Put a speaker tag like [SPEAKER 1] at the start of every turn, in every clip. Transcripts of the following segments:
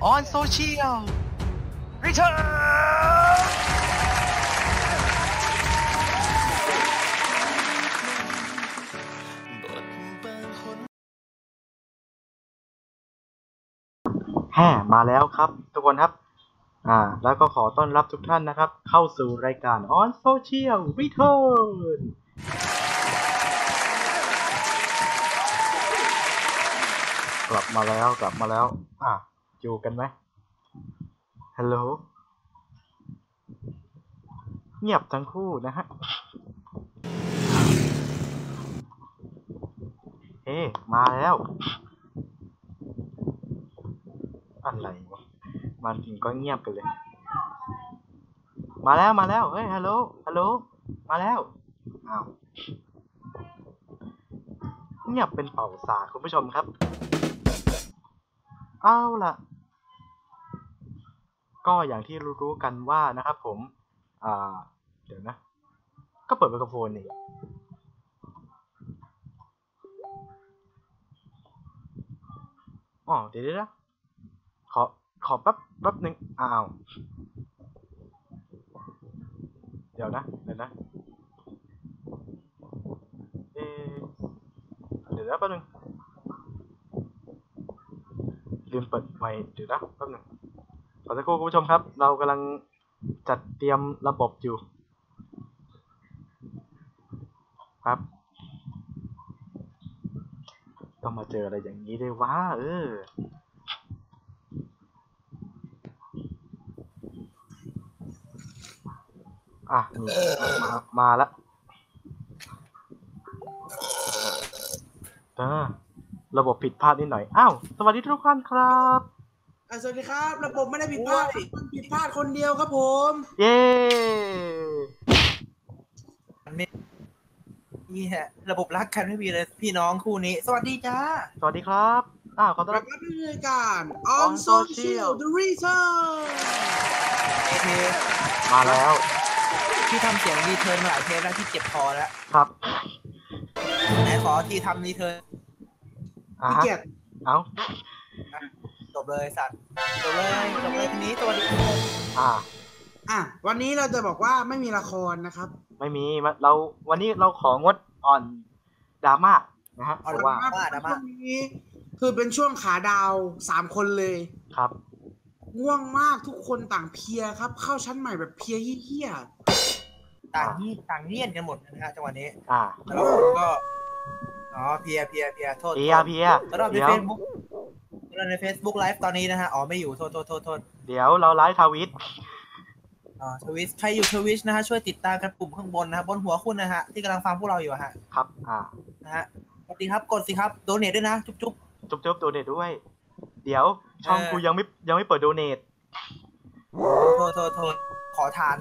[SPEAKER 1] on social return
[SPEAKER 2] แฮ่มาแล้วครับ ทุกคนครับ อ่า แล้วก็ขอต้อนรับทุกท่านนะครับ เข้าสู่รายการ On Social Return กลับมาแล้วกลับมาแล้ว อ่ะอยู่กันไหมฮัลโหลเงียบทั้งคู่นะฮะเอ๊ะมาแล้ว อะไรวะมันถึงก็เงียบไปเลย มาแล้วมาแล้ว เฮ้ย ฮัลโหล ฮัลโหล มาแล้ว อ้าว เงียบเป็นเป่าสากคุณผู้ชมครับ เอาล่ะ ก็อย่างที่รู้ๆกันว่านะครับผม อ่า เดี๋ยวนะ ก็เปิดไมโครโฟนนี่ อ๋อ เดี๋ยวเดี๋ยวนะ ขอขอแป๊บแป๊บหนึ่งอ้าว เดี๋ยวนะ เดี๋ยวนะ เอะเดี๋ยวนะแป๊บหนึ่งลืมเปิดไมค์เดี๋ยวนะแป๊บหนึ่งขอสักครู่คุณผู้ชมครับ เรากำลังจัดเตรียมระบบอยู่ ครับ ต้องมาเจออะไรอย่างนี้ได้วยวะเออ อ่ะนี่มามาละเออระบบผิดพลาดนิดหน่อย อ้าว สวัสดีทุกท่านครับ
[SPEAKER 3] อ่ะสวัสดีครับ ระบบไม่ได้ผิดพลาดมันผิดพลาดคนเดียวครับผม
[SPEAKER 2] เย้
[SPEAKER 4] นี่ฮะระบบรักกันไม่มีเลยพี่น้องคู่นี้ สวัสดีจ้า
[SPEAKER 2] สวัสดีครับ อ้าว ขอต้อน
[SPEAKER 3] กลั
[SPEAKER 2] รั
[SPEAKER 3] บบ มาดำเนินการ
[SPEAKER 2] On
[SPEAKER 3] on
[SPEAKER 2] Social
[SPEAKER 3] social the return
[SPEAKER 4] เอเท
[SPEAKER 2] มาแล้ว
[SPEAKER 4] พี่ทำเสียงรีเทิร์นมาหลายเทปแล้วที่เจ็บคอแล้ว
[SPEAKER 2] ครับ
[SPEAKER 4] ไหนขอที่ทำรีเทิร์น
[SPEAKER 2] อ่ะ
[SPEAKER 3] พี่
[SPEAKER 2] ฮะ
[SPEAKER 3] เกียรติ
[SPEAKER 2] เอ้า
[SPEAKER 4] จบเลยสัตว์จบเลยจบเลยทีนี้สวัสดีทุกคน
[SPEAKER 2] อ่า
[SPEAKER 3] อ่ะ วันนี้เราจะบอกว่าไม่มีละครนะครับ
[SPEAKER 2] ไม่มีมาเรา วันนี้เราของดอ่อนดราม่านะฮะเพราะว่า
[SPEAKER 3] เพระช่วงนี้ คือเป็นช่วงขาดาวสามคนเลย
[SPEAKER 2] ครับ
[SPEAKER 3] ง่วงมากทุกคนต่างเพลียครับ เข้าชั้นใหม่แบบเพลียเหี้ย
[SPEAKER 4] ต่างนี่ต่างเนียนกันหมดนะฮะจังหวะนี้
[SPEAKER 2] อ่า
[SPEAKER 4] แล้วผมก็อ๋อเพียเพียเพียโทษ
[SPEAKER 2] เพียเพีย
[SPEAKER 4] สำหรับใน
[SPEAKER 2] เดี๋ยว
[SPEAKER 4] เฟซบุ๊กสำหรับในเฟซบุ๊กไลฟ์ตอนนี้นะฮะอ๋อไม่อยู่โทษโทษโทษโทษ
[SPEAKER 2] เดี๋ยวเราไลฟ์ทวิต
[SPEAKER 4] อ๋อทวิชใครอยู่ทวิชนะฮะช่วยติดตามกันปุ่มข้างบนนะฮะบนหัวคุณนะฮะที่กำลังฟังพวกเราอยู่อะฮะ
[SPEAKER 2] ครับ อ่า
[SPEAKER 4] นะฮะสวัสดีครับ กดสิครับ โดเนทด้วยนะ จุ๊บ
[SPEAKER 2] จุ๊บจุ๊บโดเนทด้วย เดี๋ยว ช่องกูยังไม่ยังไม่เปิดโดเนท
[SPEAKER 4] ๆโทษโทษโทษขอทาน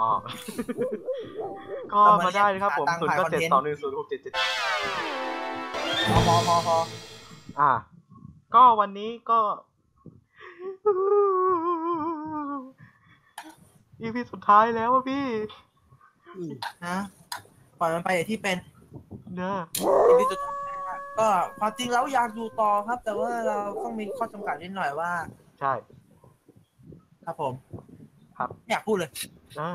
[SPEAKER 2] อ๋อ ก็มาได้นะครับผมศูน
[SPEAKER 4] เรา
[SPEAKER 2] ย์ก็
[SPEAKER 4] มาเรีย
[SPEAKER 2] เจ็ด
[SPEAKER 4] น
[SPEAKER 2] ส
[SPEAKER 4] หาตัง
[SPEAKER 2] อง
[SPEAKER 4] ค์
[SPEAKER 2] หนึ่งศูนย์หกเจ็ดเจ็ด
[SPEAKER 4] พอพอพอพอ
[SPEAKER 2] อ่า ก็วันนี้ก็ อีพีสุดท้ายแล้วอะพี่
[SPEAKER 3] อืม
[SPEAKER 4] นะปล่อยมันไปอย่างที่เป็น
[SPEAKER 2] เนอะ
[SPEAKER 4] ในที่สุดท้ายนะก็ความจริงแล้วอยากอยู่ต่อครับ แต่ว่าเราต้องมีข้อจำกัดนิดหน่อยว่า
[SPEAKER 2] ใช่
[SPEAKER 4] ครับผม
[SPEAKER 2] ครับ
[SPEAKER 4] ไม่อยากพูดเลย
[SPEAKER 2] เนอะ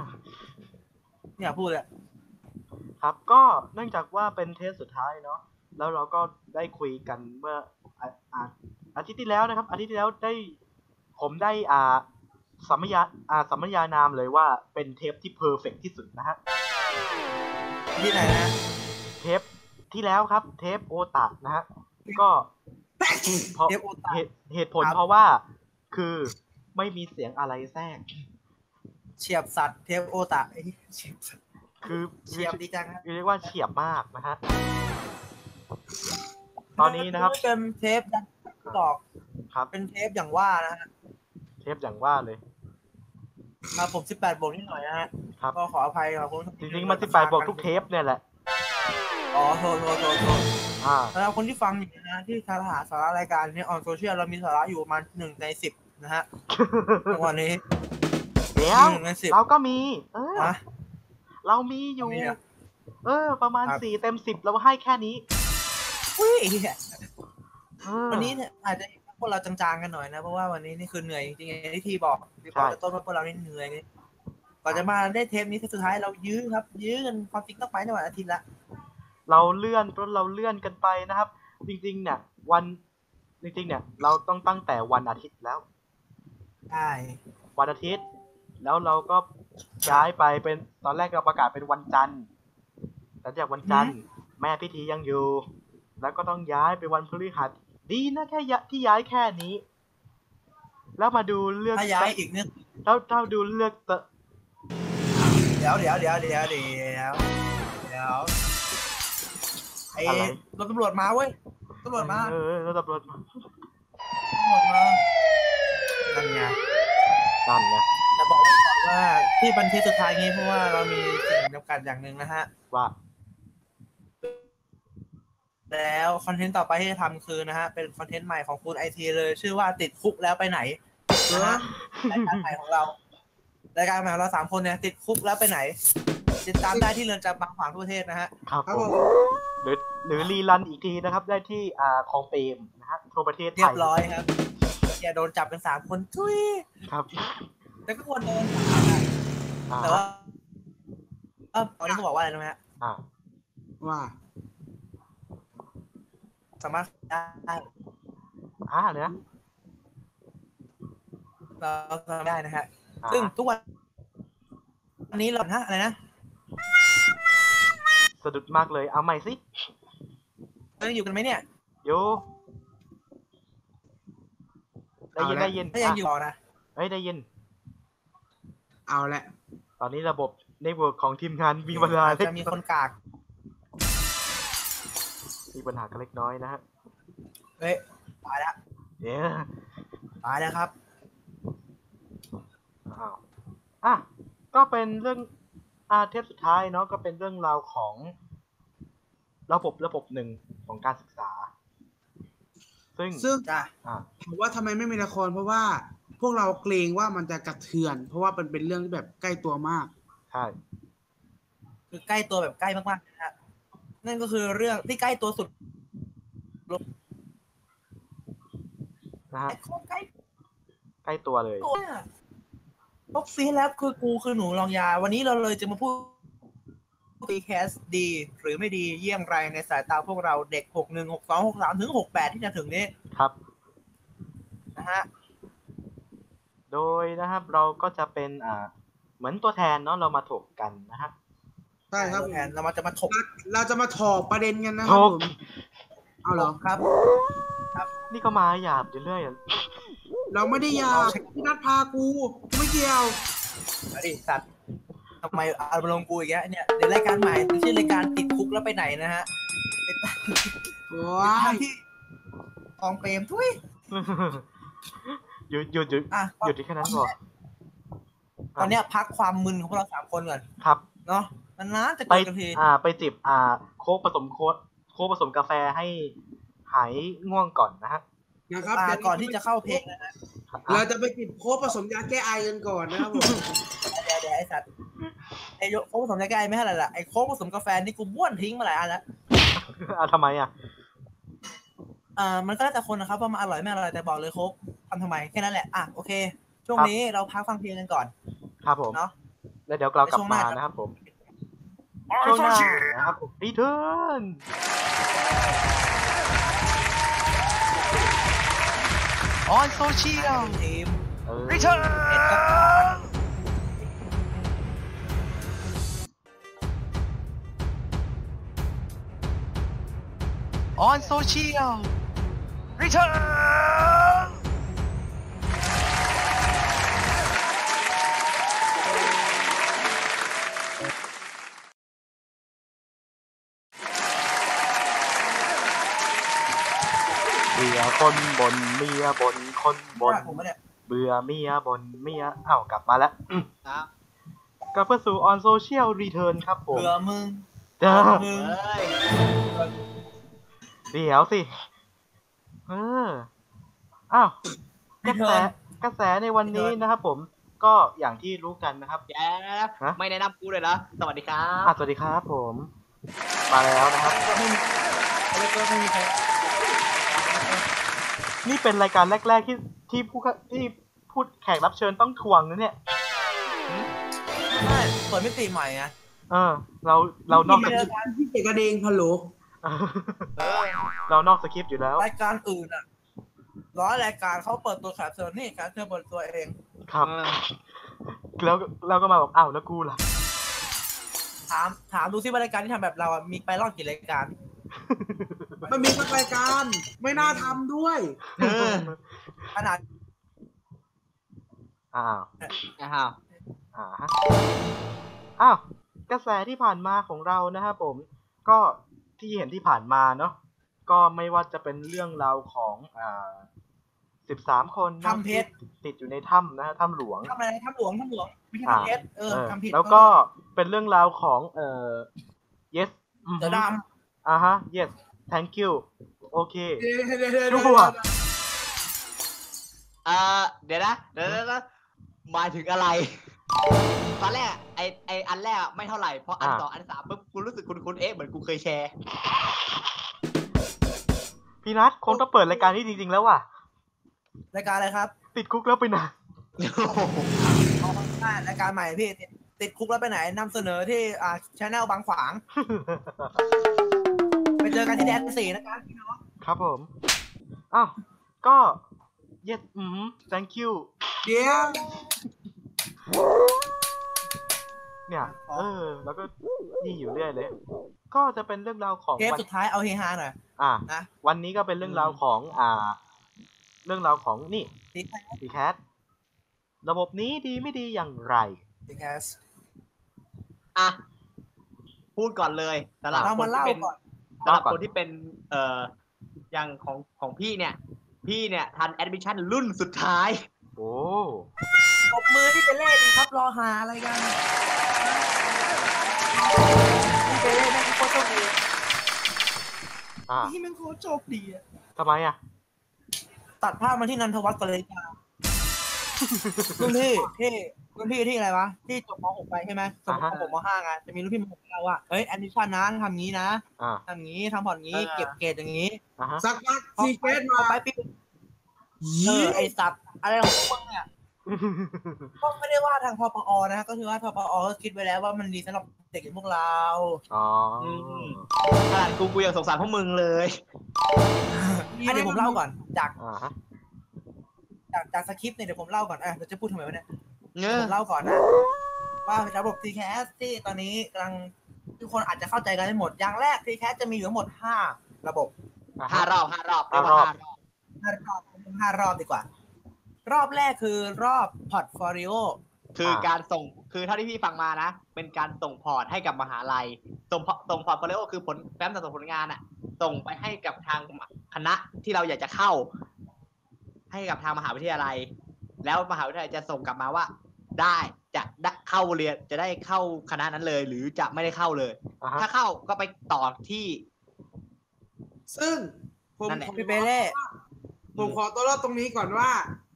[SPEAKER 4] ไม่อยากพูดเลย
[SPEAKER 2] ครับก็เนื่องจากว่าเป็นเทสสุดท้ายเนาะแล้วเราก็ได้คุยกันเมื่ออาอาอาทิตย์ที่แล้วนะครับ อาทิตย์ที่แล้วได้ ผมได้อ่าสัมมยาอ่าสัมมยานามเลยว่าเป็นเทปที่เพอร์เฟกที่สุดนะฮะ
[SPEAKER 4] ที่ไหนนะ
[SPEAKER 2] เทปที่แล้วครับ เทปโอตะนะฮะ ก็เพราะ
[SPEAKER 4] เทปโอตา
[SPEAKER 2] เหตุเหตุผล
[SPEAKER 4] ครับ
[SPEAKER 2] เพราะว่าคือไม่มีเสียงอะไรแทรก
[SPEAKER 4] เฉียบสัตว์เทปโอตาเฉียบสัตว์
[SPEAKER 2] คือ
[SPEAKER 4] เฉียบดีจังครับ
[SPEAKER 2] เรียกว่าเฉียบมากนะฮะ ตอนนี้นะครับ
[SPEAKER 4] เป็นเทปดันตอก
[SPEAKER 2] ครับ
[SPEAKER 4] เป็นเทปอย่างว่านะฮะ
[SPEAKER 2] เทปอย่างว่าเลย
[SPEAKER 4] ครับผม 18 บวกนิดหน่อยนะฮะ
[SPEAKER 2] ครับ
[SPEAKER 4] ก็ขออภัยครับคุณผู้ช
[SPEAKER 2] จริงๆมันสิบแปดบอกทุกเทปเนี่ยแหละ
[SPEAKER 4] อ๋อโทษโทษโทษโทษ
[SPEAKER 2] อ่า
[SPEAKER 4] สำหรับคนที่ฟังอยู่นะ ที่สาระหาสาระรายการนี้ออนโซเชียลเรามีสาระอยู่ประมาณหนึ่งในสิบนะฮะจังหวะนี้
[SPEAKER 2] เดี๋ยว
[SPEAKER 4] หนึ่งในสิบ
[SPEAKER 2] เราก็มี เออ
[SPEAKER 4] นะ
[SPEAKER 2] เรามีอยู่
[SPEAKER 4] มีเหรอ
[SPEAKER 2] เออ ประมาณ
[SPEAKER 4] ครับ
[SPEAKER 2] สี่เต็มสิบเราให้แค่นี้
[SPEAKER 4] อุ้ย
[SPEAKER 2] เออ
[SPEAKER 4] วันนี้เนี่ยอาจจะ พวกเราจางๆกันหน่อยนะ เพราะว่าวันนี้นี่คือเหนื่อยจริงๆอย่างที่ทีบอกที่บอกต้นว่าพวกเรานี่เหนื่อยเลยก่อนจะมาได้เทปนี้เทปสุดท้ายเรายื้อครับ ยื้อกันความฟิกต้องไปในวันอาทิตย์ละ
[SPEAKER 2] เราเลื่อนเพราะเราเลื่อนกันไปนะครับ จริงๆ เนี่ย วันจริงๆ เนี่ย เราต้องตั้งแต่วันอาทิตย์แล้ว
[SPEAKER 4] ใช่
[SPEAKER 2] วันอาทิตย์ แล้วเราก็ย้ายไปเป็นตอนแรกเราประกาศเป็นวันจันทร์หลังจากวันจันทร์ แม่พิธียังอยู่ แล้วก็ต้องย้ายไปวันพฤหัส ดีนะแค่ยะที่ย้ายแค่นี้ แล้วมาดูเลือก
[SPEAKER 4] ถ้าย้ายอีกเนี่ย
[SPEAKER 2] แล้วเราดูเลือกเตอะ
[SPEAKER 4] เดี๋ยวเดี๋ยวเดี๋ยวเดี๋ยวเดี๋ยวเดี๋ยวไอ้รถตำรวจมาเว้ยตำรวจมา
[SPEAKER 2] เออเออแล้วตำรวจมา
[SPEAKER 4] ตำรวจมานั่นไง
[SPEAKER 2] นั่นไง
[SPEAKER 4] จะบอกไว้ก่อนว่าที่บันทึกสุดท้ายนี้เพราะว่าเรามีสิ่งจำกัดอย่างหนึ่งนะฮะ
[SPEAKER 2] ว่า
[SPEAKER 4] แล้วคอนเทนต์ต่อไปที่จะทำคือนะฮะ เป็นคอนเทนต์ใหม่ของคุณไอทีเลย ชื่อว่าติดคุกแล้วไปไหนนะฮะรายการใหม่ของเรารายการใหม่ของเราสามคนเนี่ยติดคุกแล้วไปไหน ติดตามได้ที่เรือนจำบางขวางทั่วประเทศนะฮะ
[SPEAKER 2] ครับ
[SPEAKER 3] ครับ
[SPEAKER 2] ผ
[SPEAKER 3] ผม ม
[SPEAKER 2] หรือหรือรีรันอีกทีนะครับ ได้ที่อ่าของเปรมนะฮะทั่วประเทศไทย
[SPEAKER 4] เรียบร้อยครับอย่าโดนจับเป็นสามคนทุย
[SPEAKER 2] ครับ
[SPEAKER 4] แล้วก็ควรโดนจับนะ
[SPEAKER 2] อ่า
[SPEAKER 4] แต่ว่าเออตอนนี้เขาบอกว่าอะไรรู้ไหมฮะ
[SPEAKER 2] อ่า
[SPEAKER 3] ว่า
[SPEAKER 4] สามารถได้
[SPEAKER 2] อ่าเนี่ย
[SPEAKER 4] เราทำได้นะฮะ
[SPEAKER 2] อ่า
[SPEAKER 4] ซึ่งทุกวันอันนี้เราฮะอะไรนะ
[SPEAKER 2] สะดุดมากเลยเอาใหม่สิ
[SPEAKER 4] เรายังอยู่กันไหมเนี่ย
[SPEAKER 2] โยได้ยิน
[SPEAKER 3] เอาละ
[SPEAKER 2] ได้ยิน
[SPEAKER 4] ถ้ายังอยู่ต่อนะ
[SPEAKER 2] เฮ้ยได้ยิน
[SPEAKER 3] เอาละ
[SPEAKER 2] ตอนนี้ระบบในเวิร์กของทีมงานมีปัญหาเล็ก
[SPEAKER 4] จะมีคนกาก
[SPEAKER 2] มีปัญหากันเล็กน้อยนะฮะ
[SPEAKER 4] เฮ้ย ตายแล้ว
[SPEAKER 2] เย้
[SPEAKER 4] ตายแล้วครับ
[SPEAKER 2] อ้าวอ่ะก็เป็นเรื่องอาเทปสุดท้ายเนาะก็เป็นเรื่องราวของ ระบบระบบหนึ่งของการศึกษา ซึ่ง
[SPEAKER 3] ซึ่ง
[SPEAKER 4] จ้ะ
[SPEAKER 2] อ่า
[SPEAKER 3] ถามว่าทำไมไม่มีละครเพราะว่าพวกเราเกรงว่ามันจะกระเทือน เพราะว่ามันเป็นเรื่องที่แบบใกล้ตัวมาก
[SPEAKER 2] ใช่
[SPEAKER 4] คือใกล้ตัวแบบใกล้มากๆนะฮะ นั่นก็คือเรื่องที่ใกล้ตัวสุด
[SPEAKER 2] นะฮะ
[SPEAKER 4] ไอ้โคตรใกล้
[SPEAKER 2] ใกล้ตัวเลย
[SPEAKER 4] ตัวเนี่ยพบซีแล้วคือกูคือหนูลองยา วันนี้เราเลยจะมาพูดปีแคสดี หรือไม่ดีเยี่ยงไรในสายตาพวกเราเด็กหกหนึ่งหกสองหกสามถึงหกแปดที่จะถึงนี้
[SPEAKER 2] ครับ
[SPEAKER 4] นะฮะ
[SPEAKER 2] โดยนะครับเราก็จะเป็นอ่า เหมือนตัวแทนเนาะเรามาถกกันนะฮะ
[SPEAKER 3] ใช่ครับ
[SPEAKER 4] แทนเรามาจะมาถก
[SPEAKER 3] เราจะมาถอประเด็นกันนะครั
[SPEAKER 2] ถ
[SPEAKER 3] บผ
[SPEAKER 2] ก
[SPEAKER 3] มเอาเหรอ
[SPEAKER 4] ครับ
[SPEAKER 2] นี่ก็มาหยาบอยู่เรื่อยอะ
[SPEAKER 3] เราไม่ได้อยากพี่นัดพากูกูไม่เกี่ยว
[SPEAKER 4] เอาดิสัตว์ทำไมอารมณ์ลงกูอีกแล้วเนี่ยเดี๋ยวรายการใหม่ชื่อรายการติดคุกแล้วไปไหนนะฮะเป็นต
[SPEAKER 3] โอ้
[SPEAKER 4] าม
[SPEAKER 3] ย
[SPEAKER 4] ที่กองเปรมทุย
[SPEAKER 2] หยุดหยุดหยุด
[SPEAKER 4] อ่ะ
[SPEAKER 2] หยุดที่แค่นั้นพอ
[SPEAKER 4] ตอนเนี้ยพักความมึนของพวกเราสามคนก่อน
[SPEAKER 2] ครับ
[SPEAKER 4] เนาะมันนานๆจะ
[SPEAKER 2] ไป
[SPEAKER 4] เกิดกันที
[SPEAKER 2] อ่า ไปจิบอ่า โค้กผสมโค้กโค้กผสมกาแฟให้หายง่วงก่อนนะฮะ
[SPEAKER 3] นะครับ
[SPEAKER 4] อ่า
[SPEAKER 3] ดี๋ยว
[SPEAKER 4] ก่อนที่จะเข้าเพลงนะ
[SPEAKER 3] เรา
[SPEAKER 2] อ่ะ
[SPEAKER 3] จะไปกินโค้กผสมยาแก้ไอกันก่อนนะครับผม
[SPEAKER 4] เดี๋ยวเดี๋ยวไอ้สัตว์ไอ้โยโค้กผสมยาแก้ไอไม่เท่าไหร่ละไอ้โค้กผสมกาแฟนี่กูบ้วนทิ้งมาหลายอันแล้ว
[SPEAKER 2] อ่ะทำไมอ่ะ
[SPEAKER 4] อ่ามันก็แล้วแต่คนนะครับว่ามันอร่อยไม่อร่อยแต่บอกเลยโค้กทำทำไมแค่นั้นแหละอ่ะโอเค ช่วง
[SPEAKER 2] ครับ
[SPEAKER 4] นี้เราพักฟังเพลงกันก่อน
[SPEAKER 2] ครับผม
[SPEAKER 4] เนาะ
[SPEAKER 2] แล้วเดี๋ยวเรากลับมานะครับผม ช่วงหน้านะครับผมรีเทิร์น
[SPEAKER 1] ออนโซเชียล
[SPEAKER 4] ทีม
[SPEAKER 2] เออ
[SPEAKER 1] รีเทิร์นออนโซเชียลรีเทิร์น
[SPEAKER 2] เบื่อคนบนเมียบนคนบน
[SPEAKER 4] ผมไม่ได้
[SPEAKER 2] เบื่อเมียบนเมียอ้าวกลับมาแล้วอืมกลับเพื่อสู่ออนโซเชียลรีเทิร์นครับผม
[SPEAKER 4] เบื่อมึง
[SPEAKER 2] เดี๋ยว
[SPEAKER 4] มึง
[SPEAKER 2] เดี๋ยวสิ เออ อ้าวกระแส
[SPEAKER 4] Return
[SPEAKER 2] กระแสในวันนี้
[SPEAKER 4] Return
[SPEAKER 2] นะครับผมก็อย่างที่รู้กันนะครับ
[SPEAKER 5] เดี๋ยว
[SPEAKER 2] ฮะ
[SPEAKER 5] ไม่แนะนำกูเลยเหรอ สวัสดีครั
[SPEAKER 2] อ่ะ
[SPEAKER 5] บ
[SPEAKER 2] สวัสดีครับผม มาแล้วนะครับ
[SPEAKER 5] ก็ไม่มีแล้วก็ไม่มีใคร
[SPEAKER 2] นี่เป็นรายการแรก ๆ ที่ที่ผู้เข้าที่พูดแขกรับเชิญต้องทวงนะเนี่ย
[SPEAKER 4] ใช่เปิดมิติใหม่ไง
[SPEAKER 2] เออ เราเรานอกส
[SPEAKER 4] ไม่
[SPEAKER 2] ค
[SPEAKER 4] ได้
[SPEAKER 2] ริปต์
[SPEAKER 4] การ
[SPEAKER 3] พี่เจกระเดงฮัลโหล
[SPEAKER 1] เออ
[SPEAKER 2] เรานอกสคริปต์อยู่แล้ว
[SPEAKER 4] รายการอื่นอ่ะร้อยรายการเขาเปิดตัวแขกรับเชิญนี่แขกรับเชิญเปิดตัวเอง
[SPEAKER 2] ครับ แล้วเราก็มาบอกอ้าวแล้วกูล่ะ
[SPEAKER 4] ถามถามดูซิว่ารายการที่ทำแบบเราอ่ะมีไปรอดกี่รายการ
[SPEAKER 3] มันมีสักรายการ ไม่น่าทำด้วย
[SPEAKER 5] เออ
[SPEAKER 4] ขนาด
[SPEAKER 2] อ้าว
[SPEAKER 5] นะฮะ
[SPEAKER 2] อ่าฮะอ้าวกระแสที่ผ่านมาของเรานะครับผม ก็ที่เห็นที่ผ่านมาเนาะก็ไม่ว่าจะเป็นเรื่องราวของอ่าสิบสามคนนะ
[SPEAKER 4] ทำเพชร
[SPEAKER 2] ติดอยู่ในถ้ำนะฮะถ้ำหลวง
[SPEAKER 4] ทำอะไรทำหลวงทำหลวงไม่ใช่
[SPEAKER 2] อ่า
[SPEAKER 4] ทำเพชรเออ
[SPEAKER 2] เออ
[SPEAKER 4] ทำผิด
[SPEAKER 2] แล้วก็เป็นเรื่องราวของเอ่อ yes อืม
[SPEAKER 4] เสือด
[SPEAKER 2] อ่าฮะ yes thank you โอเค
[SPEAKER 3] เดี๋ยวเดี๋ยวเดี๋ยวเดี๋ยว
[SPEAKER 2] ชั่ว
[SPEAKER 5] เอ่อเดี๋ยวนะเดี๋ยวนะหมายถึงอะไร ตอนแรกไอไออันแรกไม่เท่าไหร่พออัน
[SPEAKER 2] อ่า
[SPEAKER 5] สองอันสามปุ๊บกูรู้สึกคุณคุณเอ๊ะเหมือนกูเคยแชร์
[SPEAKER 2] พี่นัทคงต้องเปิดรายการนี้จริง ๆ แล้วว่ะ
[SPEAKER 4] ำรายการอะไรครับ
[SPEAKER 2] ติดคุกแล้วไปไหน
[SPEAKER 4] เอาข้างหน้ารายการใหม่พี่ติดคุกแล้วไปไหนนำเสนอที่อ่าชแนลบางขวาง ไปเจอกันที่แดนสี่นะครับพี่น้อง
[SPEAKER 2] ครับผม อ้าว ก็ yes อืม thank you
[SPEAKER 3] เดี๋ยว
[SPEAKER 2] เนี่ย เออ แล้วก็นี่อยู่เรื่อยเลย ก็จะเป็นเรื่องราวของ
[SPEAKER 4] เทป
[SPEAKER 2] วัน
[SPEAKER 4] สุดท้ายเอาเฮฮาหน่อย
[SPEAKER 2] อ่า
[SPEAKER 4] นะ
[SPEAKER 2] วันนี้ก็เป็นเรื่องราวของ อ่า เรื่องราวของนี่
[SPEAKER 4] ดีแคส
[SPEAKER 2] ดีแคทระบบนี้ดีไม่ดีอย่างไร
[SPEAKER 4] ดีแคส
[SPEAKER 5] อ่ะ พูดก่อนเลยสำหรับ
[SPEAKER 4] เรา
[SPEAKER 5] ค
[SPEAKER 4] มาน
[SPEAKER 5] ที่
[SPEAKER 4] เล่า
[SPEAKER 5] เป็น
[SPEAKER 4] ก่อน
[SPEAKER 5] สำหรับ
[SPEAKER 2] เล่าก่อน
[SPEAKER 5] คนที่เป็น เอ่ออย่างของของพี่เนี่ย พี่เนี่ยทันแอดมิชชั่นรุ่นสุดท้าย
[SPEAKER 2] โอ้
[SPEAKER 4] ตบมือที่เป็นเล่ดีครับรอหาอะไรกันที่เป็นเล่แม่งโคตรโชคดี
[SPEAKER 2] อ่า
[SPEAKER 4] ที่แม่งโคตรโชคดีอะ
[SPEAKER 2] ทำไมอ่ะ
[SPEAKER 4] ตัดภาพมาที่นันทวัฒน์กัลยารุ่นพี่ที่รุ่นพี่ที่อะไรวะที่จบม .6 ไปใช่ไหมสมมติ
[SPEAKER 2] อ่าฮะ
[SPEAKER 4] ของผมม .5 ไงจะมีรุ่นพี่ม .6 เราว่าเอ้ยแอนิชั่นนะทำงี้นะ
[SPEAKER 2] อ่า
[SPEAKER 4] ทำงี้ทำผ่อนงี้
[SPEAKER 5] เออ
[SPEAKER 4] เก็บเกรดอย่างงี้
[SPEAKER 2] อ่าฮะ
[SPEAKER 3] สักพัก
[SPEAKER 4] พอ
[SPEAKER 3] ซีเก
[SPEAKER 4] ไป
[SPEAKER 3] ตมา
[SPEAKER 4] พอไปปี เอ
[SPEAKER 3] ยี่
[SPEAKER 4] อไอสัตว์อะไรของมึงเนี่ยก็ไม่ได้ว่าทางพปอนะก็คือว่าพปอก็คิดไว้แล้วว่ามันดีสำหรับเด็กอย่างพวกเรา
[SPEAKER 2] อ๋ออ
[SPEAKER 5] ม ขนาดกูกูยังสงสารพวกมึงเลย
[SPEAKER 4] อ่ะเดี๋ยวผมเล่าก่อนจาก
[SPEAKER 2] อ่าฮะ
[SPEAKER 4] จากจากสคริปต์เนี่ยเดี๋ยวผมเล่าก่อนอ่ะเดี๋ยวจะพูดทำไมวะเนี่ย
[SPEAKER 5] เง
[SPEAKER 4] เดี๋ยว
[SPEAKER 5] อ
[SPEAKER 4] ผมเล่าก่อนนะว่าระบบ t c a s ที่ตอนนี้กำลังทุกคนอาจจะเข้าใจกันไม่หมดอย่างแรก t c a s จะมีอยู่ทั้งหมด 5 ระบบ
[SPEAKER 5] ห้ารอบห้ารอบ
[SPEAKER 2] ห้ารอบ
[SPEAKER 5] เยกว่
[SPEAKER 4] ห้ารอบห้ารอบดีกว่า รอบแรกคือรอบ portfolio
[SPEAKER 5] คือการส่งคือเท่าที่พี่ฟังมานะ เป็นการส่งพอร์ตให้กับมหาลัย ส่งพอส่งพอร์ตโฟลิโอคือผลแฟ้มสะสมผลงานอะส่งไปให้กับทางคณะที่เราอยากจะเข้า ให้กับทางมหาวิทยาลัย แล้วมหาวิทยาลัยจะส่งกลับมาว่า ได้จะได้เข้าเรียนจะได้เข้าคณะนั้นเลย หรือจะไม่ได้เข้าเลย
[SPEAKER 2] อ่าฮะ
[SPEAKER 5] ถ้าเข้าก็ไปต่อที่
[SPEAKER 3] ซึ่ง ผม
[SPEAKER 5] นั่นแหละ
[SPEAKER 3] ขอ
[SPEAKER 4] พี่เปเล่
[SPEAKER 3] ผมขอตัวรอดตรงนี้ก่อนว่า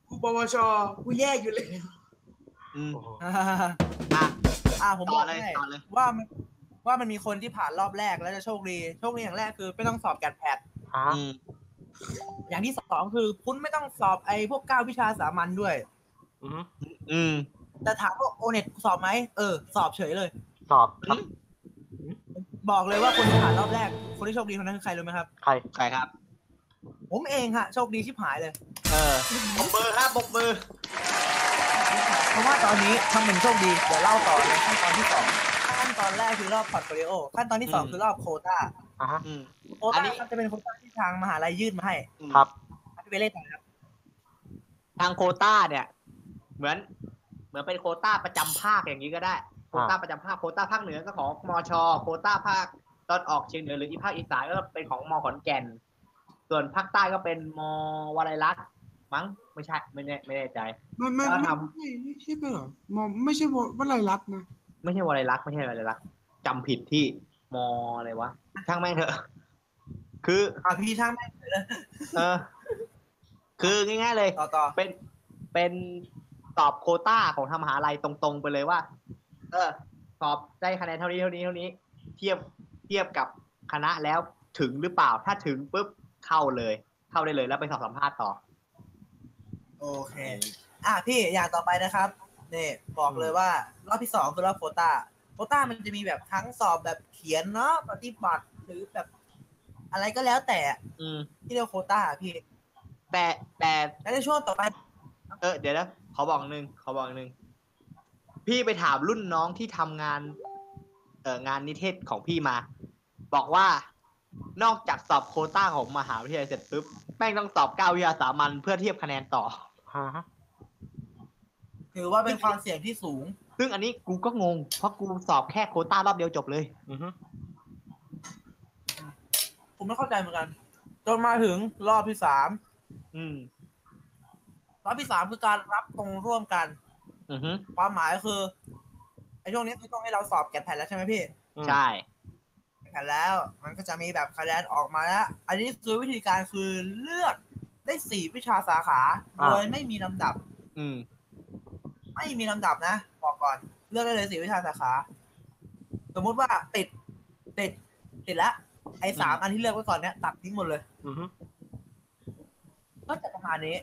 [SPEAKER 3] กูปวชกูแย่อยู่เลย
[SPEAKER 5] อืม
[SPEAKER 2] โอ้โห
[SPEAKER 5] อ่ะ
[SPEAKER 4] อ่าผมบ
[SPEAKER 5] ต่
[SPEAKER 4] อ
[SPEAKER 5] อก เลย
[SPEAKER 4] ให้
[SPEAKER 5] ต่อเลย
[SPEAKER 4] ว่ามันว่ามันมีคนที่ผ่านรอบแรกแล้วจะโชคดี โชคดีอย่างแรกคือไม่ต้องสอบแกดแพด
[SPEAKER 2] อ่า
[SPEAKER 5] อืม
[SPEAKER 4] อย่างที่สองคือคุณไม่ต้องสอบไอ้พวกเก้าวิชาสามัญด้วย
[SPEAKER 2] อืม
[SPEAKER 5] อืม
[SPEAKER 4] แต่ถามว่าโอเน็ตสอบไหมเออ สอบเฉยเลย
[SPEAKER 2] สอบครับ
[SPEAKER 5] อืม
[SPEAKER 4] บอกเลยว่าคนที่ผ่านรอบแรก คนที่โชคดีคนนั้นคือใครรู้ไหมครับ
[SPEAKER 2] ใคร
[SPEAKER 5] ใครครับ
[SPEAKER 4] ผมเองค่ะโชคดีชิบหายเลย
[SPEAKER 5] เออปรบมือครับปรบมือ
[SPEAKER 4] เพราะว่าตอนนี้ทำเป็นโชคดีเดี๋ยวเล่าต่อในขั้นตอนที่สองขั้นตอนแรกคือรอบพอร์ตโฟลิโอขั้นตอนที่สอง
[SPEAKER 5] อืม
[SPEAKER 4] คือรอบโคต้า
[SPEAKER 2] อ่าฮะ
[SPEAKER 5] อืม
[SPEAKER 4] โค
[SPEAKER 5] อัน
[SPEAKER 4] ต้า
[SPEAKER 5] นี้
[SPEAKER 4] ครับจะเป็นโคต้าที่ทางมหาลัยยื่นมาให้
[SPEAKER 2] ครับ
[SPEAKER 4] ไปเล่นต่อครับ
[SPEAKER 5] ทางโควต้าเนี่ย เหมือน เหมือนเป็นโควต้าประจำภาคอย่างนี้ก็ได้ โควต้าประจำภาค โควต้าภาคเหนือก็ของมอชอโควต้าภาคตอนออกเฉียงเหนือหรืออีภาคอีสานก็เป็นของมอขอนแก่น ส่วนภาคใต้ก็เป็นมอวลัยรัตน์มั้ง ไม่ใช่ ไม่แน่ไม่แน่ใจ
[SPEAKER 3] มันไม่
[SPEAKER 5] ก็
[SPEAKER 3] ไม่
[SPEAKER 5] ทำ
[SPEAKER 3] ไม่ไม่ใช่ไปเหรอมองไม่ใช่ว่าไรรับนะ
[SPEAKER 5] ไม่ใช่วลัยรักษณ์ไม่ใช่วลัยรักษณ์จำผิดที่มออะไรวะ ช่างแม่งเถอะ คือ
[SPEAKER 4] อ่ะพี่ช่างแม่ง
[SPEAKER 5] เออ คือง่ายๆเลย
[SPEAKER 4] ต่อต่อ
[SPEAKER 5] เป็นเป็นตอบโควต้าของทางมหาลัยตรงๆไปเลยว่า เออสอบได้คะแนนเท่านี้เท่านี้เท่านี้ เทียบเทียบกับคณะแล้วถึงหรือเปล่าถ้าถึงปุ๊บเข้าเลย เข้าได้เลยแล้วไปสอบสัมภาษณ์ต่อ
[SPEAKER 4] โอเค อ่ะพี่อย่างต่อไปนะครับนี่บอกเลยว่ารอบที่สองคือรอบโควตาโควตามันจะมีแบบทั้งสอบแบบเขียนเนาะปฏิบัติหรือแบบอะไรก็แล้วแต่
[SPEAKER 5] อืม
[SPEAKER 4] ที่เรียกว่าโควตาพี่
[SPEAKER 5] แต่แต่
[SPEAKER 4] แล้วในช่วงต่อไป
[SPEAKER 5] เออเดี๋ยวนะขอบอกหนึ่งขอบอกหนึ่งพี่ไปถามรุ่นน้องที่ทำงาน เอองานนิเทศของพี่มา บอกว่านอกจากสอบโควต้าของมหาวิทยาลัยเสร็จปุ๊บแม่งต้องสอบเก้าวิทยาสามัญเพื่อเทียบคะแนนต่อ
[SPEAKER 2] ฮะ
[SPEAKER 4] ถือว่าเป็นความเสี่ยงที่สูง
[SPEAKER 5] ซึ่งอันนี้กูก็งง เพราะกูสอบแค่โควต้ารอบเดียวจบเลย
[SPEAKER 2] อือฮึ
[SPEAKER 4] ผมไม่เข้าใจเหมือนกัน จนมาถึงรอบที่สาม
[SPEAKER 5] อืม
[SPEAKER 4] รอบที่สามคือการรับตรงร่วมกัน
[SPEAKER 5] อือฮึ
[SPEAKER 4] ความหมายคือไอ้ช่วงนี้คือต้องให้เราสอบแกะแผ่นแล้วใช่ไหมพี่
[SPEAKER 2] อืม
[SPEAKER 5] ใช่
[SPEAKER 4] แผ่นแล้วมันก็จะมีแบบคะแนนออกมาแล้ว อันนี้คือวิธีการคือเลือกได้สี่วิชาสาขา โดยไม่มีลำดับ
[SPEAKER 5] อืม
[SPEAKER 4] ไม่มีลำดับนะ บอกก่อน เลือกได้เลยสี่วิชาสาขา สมมุติว่าติด ติด ติดละไอ้สามอันที่เลือกไว้ก่อนเนี้ยตัดทิ้งหมดเลย
[SPEAKER 2] อือฮึ
[SPEAKER 4] ก็จะประมาณนี้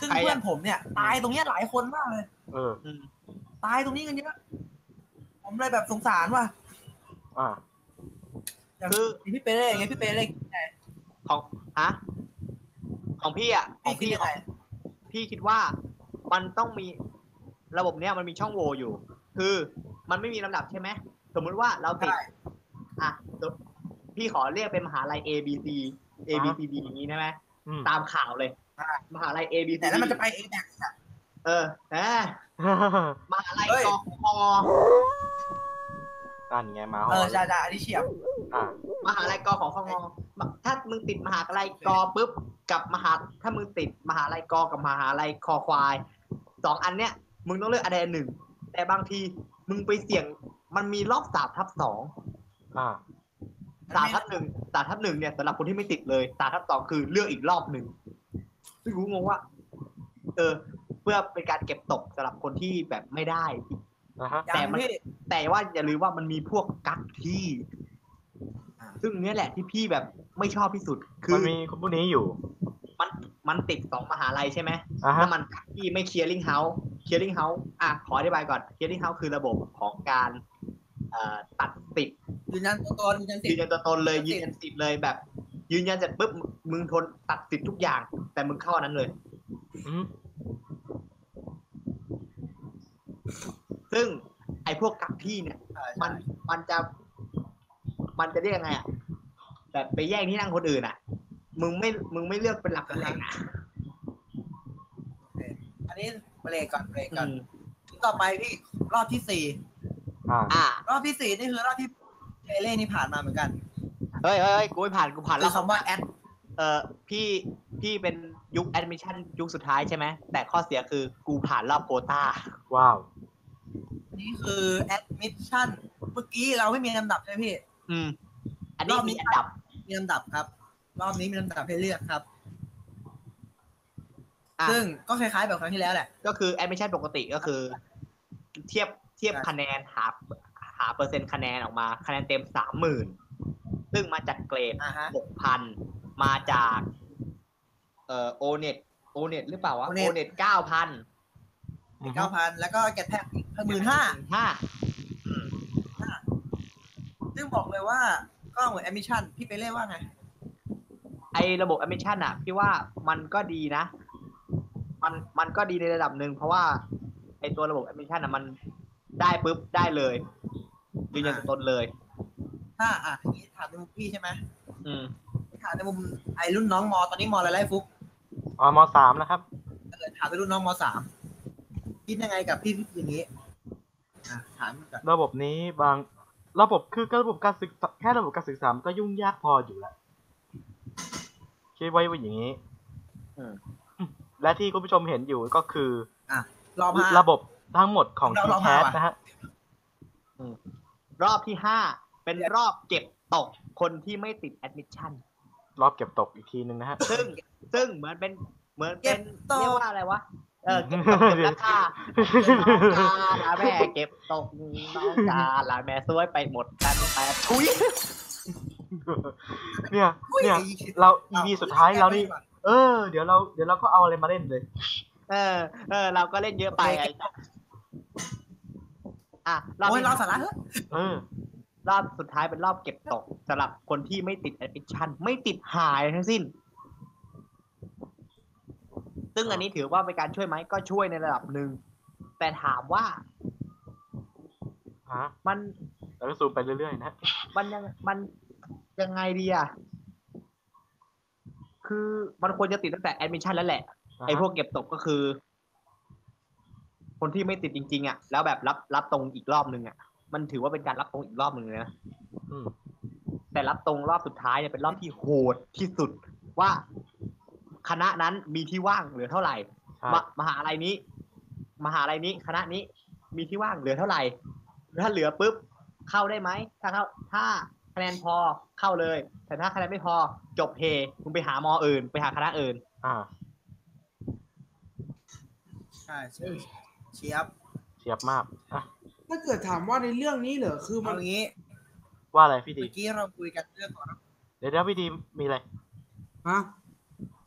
[SPEAKER 4] ซึ่ง
[SPEAKER 5] ใครอะ
[SPEAKER 4] เพื่อนผมเนี่ย ตายตรงเนี้ยหลายคนมากเลย
[SPEAKER 2] เออ
[SPEAKER 5] อืม
[SPEAKER 4] ตายตรงนี้กันเยอะ ผมเลยแบบสงสารว่ะ
[SPEAKER 2] อ่า
[SPEAKER 4] อย่าง
[SPEAKER 5] คือ
[SPEAKER 4] พี่เป้เล่อย่างเงี้ยพี่เป้เล่
[SPEAKER 5] ของฮะของพี่อ่ะของ
[SPEAKER 4] พี่
[SPEAKER 5] พี่
[SPEAKER 4] ยังไง
[SPEAKER 5] พี่คิดว่ามันต้องมีระบบเนี้ยมันมีช่องโหว่อยู่ คือมันไม่มีลำดับใช่ไหมสมมุติว่าเราติด
[SPEAKER 4] ใช่
[SPEAKER 5] อ่ะสมพี่ขอเรียกเป็นมหาลัย A B C A B C D อย่างนี้ได้ไหม
[SPEAKER 2] อืม
[SPEAKER 5] ตามข่าวเลย มหาลัย A B C
[SPEAKER 4] แต่แล้วมันจะไปเองแบบ
[SPEAKER 5] เออแหมมหาลัย
[SPEAKER 4] เฮ้ย
[SPEAKER 5] กคอ
[SPEAKER 2] นั่นไงมาหอ
[SPEAKER 4] เออน ใช่ใช่อันนี้เฉียบ
[SPEAKER 2] อ่า
[SPEAKER 5] มหาลัยกของคอถ้ามึงติดมหาลัยกปุ๊บกับมหาถ้ามึงติดมหาลัยกกับมหาลัยคอควายสองอันเนี้ยมึงต้องเลือกอันใดอันหนึ่ง แต่บางทีมึงไปเสี่ยงมันมีรอบสามทับสอง
[SPEAKER 2] อ่า
[SPEAKER 5] สามทับหนึ่งสามทับหนึ่งเนี่ยสำหรับคนที่ไม่ติดเลยสามทับสองคือเลือกอีกรอบหนึ่งซึ่งกูงงว่า เออ เพื่อเป็นการเก็บตกสำหรับคนที่แบบไม่ได้
[SPEAKER 2] นะฮะ
[SPEAKER 4] ยัง
[SPEAKER 5] แต่มัน
[SPEAKER 4] พี่
[SPEAKER 5] แต่ว่าอย่าลืมว่ามันมีพวกกั๊กที่ ซึ่งเนี้ยแหละที่พี่แบบไม่ชอบที่สุด คือ
[SPEAKER 2] มันมีคนพวกนี้อยู่
[SPEAKER 5] มันมันติดสองมหาลัยใช่ไหม
[SPEAKER 2] อ่าฮะ
[SPEAKER 5] ถ้ามันที่ไม่เคลียร์ลิงเฮาส์เคลียร์ลิงเฮาส์อ่ะขออธิบายก่อนเคลียร์ลิงเฮาส์คือระบบของการเอ่อตัดสิทธิ์
[SPEAKER 4] ยืนยันตัวตนยืนยันสิท
[SPEAKER 5] ยืน
[SPEAKER 4] ธิ์
[SPEAKER 5] ยันตัวตนเลย
[SPEAKER 4] ติ
[SPEAKER 5] ยื
[SPEAKER 4] ด
[SPEAKER 5] นยันสิทธิ์เลยแบบ ยืนยันเสร็จปุ๊บมึงทนตัดสิทธิ์ทุกอย่าง แต่มึงเข้าอันนั้นเลย
[SPEAKER 2] อืม
[SPEAKER 5] ซึ่งไอ้พวกกักที่เนี่ย มันมันจะ มันจะเรียกยังไงอ่ะแบบไปแย่งที่นั่งคนอื่นอ่ะ มึงไม่มึงไม่เลือกเป็นหลักเป็นแหล่งอ่ะ
[SPEAKER 4] อันนี้เบรกก่อนเบรกก่อน
[SPEAKER 5] อืม
[SPEAKER 4] ต่อไปพี่รอบที่สี่
[SPEAKER 2] อ่า
[SPEAKER 5] อ่ะ
[SPEAKER 4] รอบที่สี่นี่คือรอบที่เอเล่นี่ผ่านมาเหมือนกัน
[SPEAKER 5] เฮ้ยเฮ้ยเฮ้ยกูไม่ผ่านกูผ่าน
[SPEAKER 4] คื
[SPEAKER 5] แล้ว
[SPEAKER 4] อคำว่าแอด
[SPEAKER 5] เออพี่พี่เป็นยุคแอดมิชชั่นยุคสุดท้ายใช่ไหมแต่ข้อเสียคือกูผ่านรอบโควต้า
[SPEAKER 2] ว้าว
[SPEAKER 4] นี่คือแอดมิชชั่นเมื่อกี้เราไม่มีลำดับใช่ไหมพี่
[SPEAKER 5] อืม อัน
[SPEAKER 4] ร
[SPEAKER 5] นี้
[SPEAKER 4] อบนี้
[SPEAKER 5] มีอันดับ
[SPEAKER 4] มีลำดับครับ รอบนี้มีลำดับให้เลือกครับ
[SPEAKER 5] อ่ะ
[SPEAKER 4] ซึ่งก็คล้ายๆแบบครั้งที่แล้วแหละ
[SPEAKER 5] ก็คือแอดมิชชั่นปกติก็คือ เทียบเทียบ
[SPEAKER 4] ใช่
[SPEAKER 5] คะแนนหาหาเปอร์เซ็นต์คะแนนออกมา คะแนนเต็มสามหมื่นซึ่งมาจากเกรด
[SPEAKER 4] อ่าฮะ
[SPEAKER 5] หกพันมาจาก เอ่อโอเน็ตโอเน็ตหรือเปล่าวะโอ
[SPEAKER 4] O-net
[SPEAKER 5] เน็ตเก้าพัน
[SPEAKER 4] เก้าพันแล้วก็แกะแพ็คอีกหมื่นห้า
[SPEAKER 5] ห้า
[SPEAKER 4] ซึ่งบอกเลยว่าก็เหมือนแอดมิชชั่นพี่ไปเล่ว่าไง
[SPEAKER 5] ไอ้ระบบแอดมิชชั่นอ่ะ พี่ว่ามันก็ดีนะ มันมันก็ดีในระดับหนึ่งเพราะว่า ไอ้ตัวระบบแอดมิชชั่นอ่ะมันได้ปุ๊บได้เลยยืนยันตัวตนเลย
[SPEAKER 4] ถ้าอ่ะอย่างนี้ถามในมุมพี่ใช่ไหม
[SPEAKER 5] อืม
[SPEAKER 4] ถามในมุมไอ้รุ่นน้องมอตอนนี้มออะไรไล่ฟุก
[SPEAKER 2] อ่ามสามนะครับ
[SPEAKER 4] เออถามไปรุ่นน้องมสามคิดยังไงกับพี่พี่อย่างนี้อ่ะถามกับ
[SPEAKER 2] ระบบนี้บาง ระบบคือก็ระบบการศึกษาแค่ระบบการศึกษามันก็ยุ่งยากพออยู่แล้วคิดไว้ว่าอย่างนี้
[SPEAKER 5] อืม
[SPEAKER 2] และที่คุณผู้ชมเห็นอยู่ก็คือ
[SPEAKER 4] รอบห้า
[SPEAKER 2] ระบบทั้งหมดของ
[SPEAKER 4] เรา
[SPEAKER 2] ที
[SPEAKER 4] เรา
[SPEAKER 2] แค
[SPEAKER 4] มา
[SPEAKER 2] ส
[SPEAKER 4] ว่ะ
[SPEAKER 2] นะฮะ
[SPEAKER 5] รอบที่ห้าเป็นรอบเก็บตกคนที่ไม่ติดแอดมิชชั่น
[SPEAKER 2] รอบเก็บตกอีกทีนึงนะฮะ
[SPEAKER 5] ซึ่งซึ่งเหมือนเป็นเหมือนเป็น
[SPEAKER 4] เก็บตก
[SPEAKER 5] เรียกว่าอะไรวะเออเก็บตกเก็บราคาเก็บน้องจาละแม่เก็บตกน้องจาละแม่ซวยไปหมดกันไปทุย
[SPEAKER 2] เนี่ย
[SPEAKER 4] อุ้
[SPEAKER 2] เนี่ย
[SPEAKER 4] ไอ้หี้
[SPEAKER 2] เรา EP สุดท้ายเรานี่ เอ เออ เดี๋ยวเราเดี๋ยวเราก็เอาอะไรมาเล่นเลย
[SPEAKER 5] เออ เออ เราก็เล่นเยอะไปไอ้สัสอ่ะรอบ
[SPEAKER 4] โอ้ย
[SPEAKER 5] นี้
[SPEAKER 4] เราสาระเถอะ
[SPEAKER 2] เออ
[SPEAKER 5] รอบสุดท้ายเป็นรอบเก็บตกสำหรับคนที่ไม่ติดแอดมิชชั่นไม่ติดหายทั้งสิ้น ซึ่งอันนี้ถือว่าเป็นการช่วยไหมก็ช่วยในระดับหนึ่ง แต่ถามว่า
[SPEAKER 2] ฮะ
[SPEAKER 5] มัน
[SPEAKER 2] เราก็ซูมไปเรื่อยๆ นะ
[SPEAKER 5] มันยังมันยังไงดีอ่ะ คือมันควรจะติดตั้งแต่แอดมิชชั่นแล้วแหละ ไอ้พวกเก็บตกก็คือ คนที่ไม่ติดจริง ๆ อ่ะ แล้วแบบรับรับตรงอีกรอบหนึ่งอ่ะ มันถือว่าเป็นการรับตรงอีกรอบหนึ่งเลยนะ
[SPEAKER 2] อืม
[SPEAKER 5] แต่รับตรงรอบสุดท้ายเนี่ยเป็นรอบที่โหดที่สุดว่าคณะนั้นมีที่ว่างเหลือเท่าไหร่
[SPEAKER 2] ใช่
[SPEAKER 5] มะมหาลัยนี้ มหาลัยนี้ คณะนี้มีที่ว่างเหลือเท่าไหร่ ถ้าเหลือปุ๊บ เข้าได้ไหม ถ้าเข้า ถ้าคะแนนพอเข้าเลย แต่ถ้าคะแนนไม่พอจบเพคุณไปหามออื่น ไปหาคณะอื่น
[SPEAKER 2] อ่า
[SPEAKER 4] ใช่ใช่เชียบ
[SPEAKER 2] เฉียบมากอ่ะ
[SPEAKER 3] ถ้าเกิดถามว่าในเรื่องนี้เหรอคือมั
[SPEAKER 4] เอา
[SPEAKER 3] น
[SPEAKER 4] งี้
[SPEAKER 2] ว่าอะไรพี่ดี
[SPEAKER 4] เมื่อกี้เราคุยกันเรื่องของ
[SPEAKER 2] เดี๋ยวนะพี่ดีมีอะไร
[SPEAKER 3] ฮะ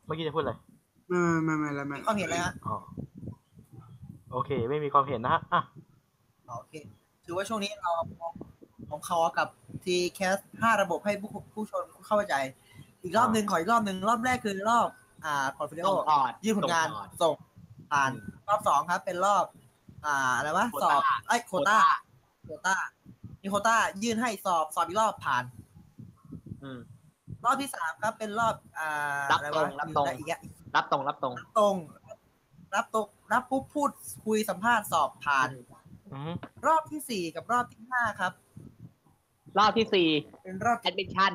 [SPEAKER 2] เมื่อกี้จะพูดอะไร
[SPEAKER 3] ไม่ไม่ไม่ไม่ไม่
[SPEAKER 4] ความเห็นอะไรฮะ
[SPEAKER 2] อ๋อ โอเค ไม่มีความเห็นนะฮะ อ่ะ
[SPEAKER 4] อ๋อโอเค ถือว่าช่วงนี้เราของเขากับทีแคสห้าระบบให้ผู้ผู้ชมเข้าใจ อีกรอบหนึ่งขออีกรอบหนึ่งรอบแรกคือรอบ อ่าพอร์ตโฟลิโอ
[SPEAKER 5] ส่งพอร์ต
[SPEAKER 4] ยื่นผลงาน
[SPEAKER 5] ส่
[SPEAKER 4] ส่ง
[SPEAKER 5] งพอร์ต
[SPEAKER 4] ผ่านรอบสองครับ เป็นรอบ อ่าอะไรวะ ส
[SPEAKER 5] โควต้า
[SPEAKER 4] อบ ไอ้ยโคต้าโคต้ามีโคต้ายื่นให้สอบสอบอีกรอบผ่าน
[SPEAKER 5] อืม
[SPEAKER 4] รอบที่สามครับเป็นรอบ อ่า
[SPEAKER 5] รับ
[SPEAKER 4] อะไร
[SPEAKER 5] ตร
[SPEAKER 4] วะ
[SPEAKER 5] งรับตรง
[SPEAKER 4] อีกอย่าง
[SPEAKER 5] รับตรงรับตรง
[SPEAKER 4] ตรง รับตรงรับปุ๊บพูดคุยสัมภาษณ์สอบผ่าน
[SPEAKER 2] อืม
[SPEAKER 4] รอบที่สี่กับรอบที่ห้าครับ
[SPEAKER 5] รอบที่สี่
[SPEAKER 4] เป็นรอบ
[SPEAKER 5] แอดมิชชั่น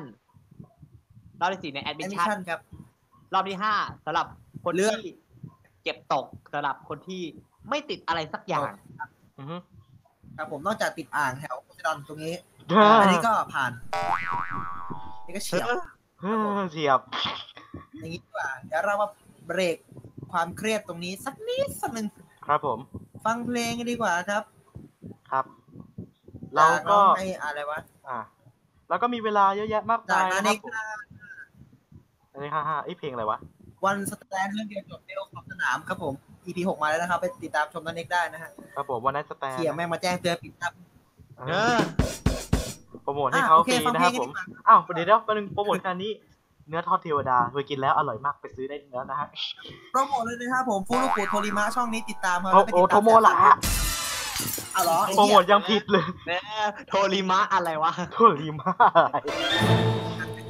[SPEAKER 5] รอบที่สี่ในแอด
[SPEAKER 4] แอ
[SPEAKER 5] มิช
[SPEAKER 4] นิ
[SPEAKER 5] ชั่
[SPEAKER 4] ชั
[SPEAKER 5] น
[SPEAKER 4] นครับ
[SPEAKER 5] รอบที่ห้าสำหรับคน
[SPEAKER 4] เลือก
[SPEAKER 5] ที่เก็บตกสำหรับคนที่ไม่ติดอะไรสักอย่าง
[SPEAKER 2] อืม
[SPEAKER 4] ครับผมนอกจากติดอ่างแถวโพไซดอนตรงนี้
[SPEAKER 2] เฮ้
[SPEAKER 4] อันนี้ก็ผ่านอันนี่ก็เฉียบ
[SPEAKER 2] เฉียบ
[SPEAKER 4] อย่างนี้ดีกว่าเดี๋ยวเรามาเบรกความเครียดตรงนี้สักนิดสักหนึ่ง
[SPEAKER 2] ครับผม
[SPEAKER 4] ฟังเพลงกันดีกว่าครับ
[SPEAKER 2] ครับ เราก็
[SPEAKER 4] จน้องไอ้อะไรวะ
[SPEAKER 2] อ่าแล้วก็มีเวลาเยอะแยะมาก
[SPEAKER 4] จาก
[SPEAKER 2] มาย
[SPEAKER 4] นั้น
[SPEAKER 2] นะ
[SPEAKER 4] ใน
[SPEAKER 2] ครับผมอันนี้ห้าห้าไอยเพลงอะไรวะ
[SPEAKER 4] วันสแตนเรื่องเดียวจบเดียวของสนามครับผม EP หกมาแล้วนะครับ ไปติดตามชมนันเอกได้นะฮะ
[SPEAKER 2] ครับผมวันนั้นสแตน
[SPEAKER 4] เขี่ยแม่งมาแจ้งเตือนปิดครับ
[SPEAKER 5] เอ
[SPEAKER 2] เออ
[SPEAKER 5] อ
[SPEAKER 2] โปรโมทให้
[SPEAKER 4] อ่ะ
[SPEAKER 2] เขา
[SPEAKER 4] โอ
[SPEAKER 2] ฟ
[SPEAKER 4] เค
[SPEAKER 2] รี
[SPEAKER 4] ฟัง
[SPEAKER 2] นะ
[SPEAKER 4] เพ
[SPEAKER 2] ค
[SPEAKER 4] ล
[SPEAKER 2] รั
[SPEAKER 4] ง
[SPEAKER 2] บ
[SPEAKER 4] กันดีก
[SPEAKER 2] ผม
[SPEAKER 4] ว่า
[SPEAKER 2] อ้าวเดี๋ยวเดี๋ยวแป๊บนึงโปรโมทการนี้ เนื้อทอดเทวดาเคยกินแล้วอร่อยมากไปซื้อได้เนื้อนะฮะ
[SPEAKER 4] โปรโมทเลยนะครับผมฟูรุกุโทริมะช่องนี้ติดตามครับ
[SPEAKER 2] โอ้
[SPEAKER 4] ไป
[SPEAKER 2] โห
[SPEAKER 4] ติด
[SPEAKER 2] โท
[SPEAKER 4] ตาม
[SPEAKER 2] โมละฮะ
[SPEAKER 4] เอาเหรอไอ้
[SPEAKER 2] โปรโม
[SPEAKER 4] เหี้ย
[SPEAKER 2] ทยังผิดเลย
[SPEAKER 5] แน่โทริมะอะไรวะ
[SPEAKER 2] โทรีมาอะไร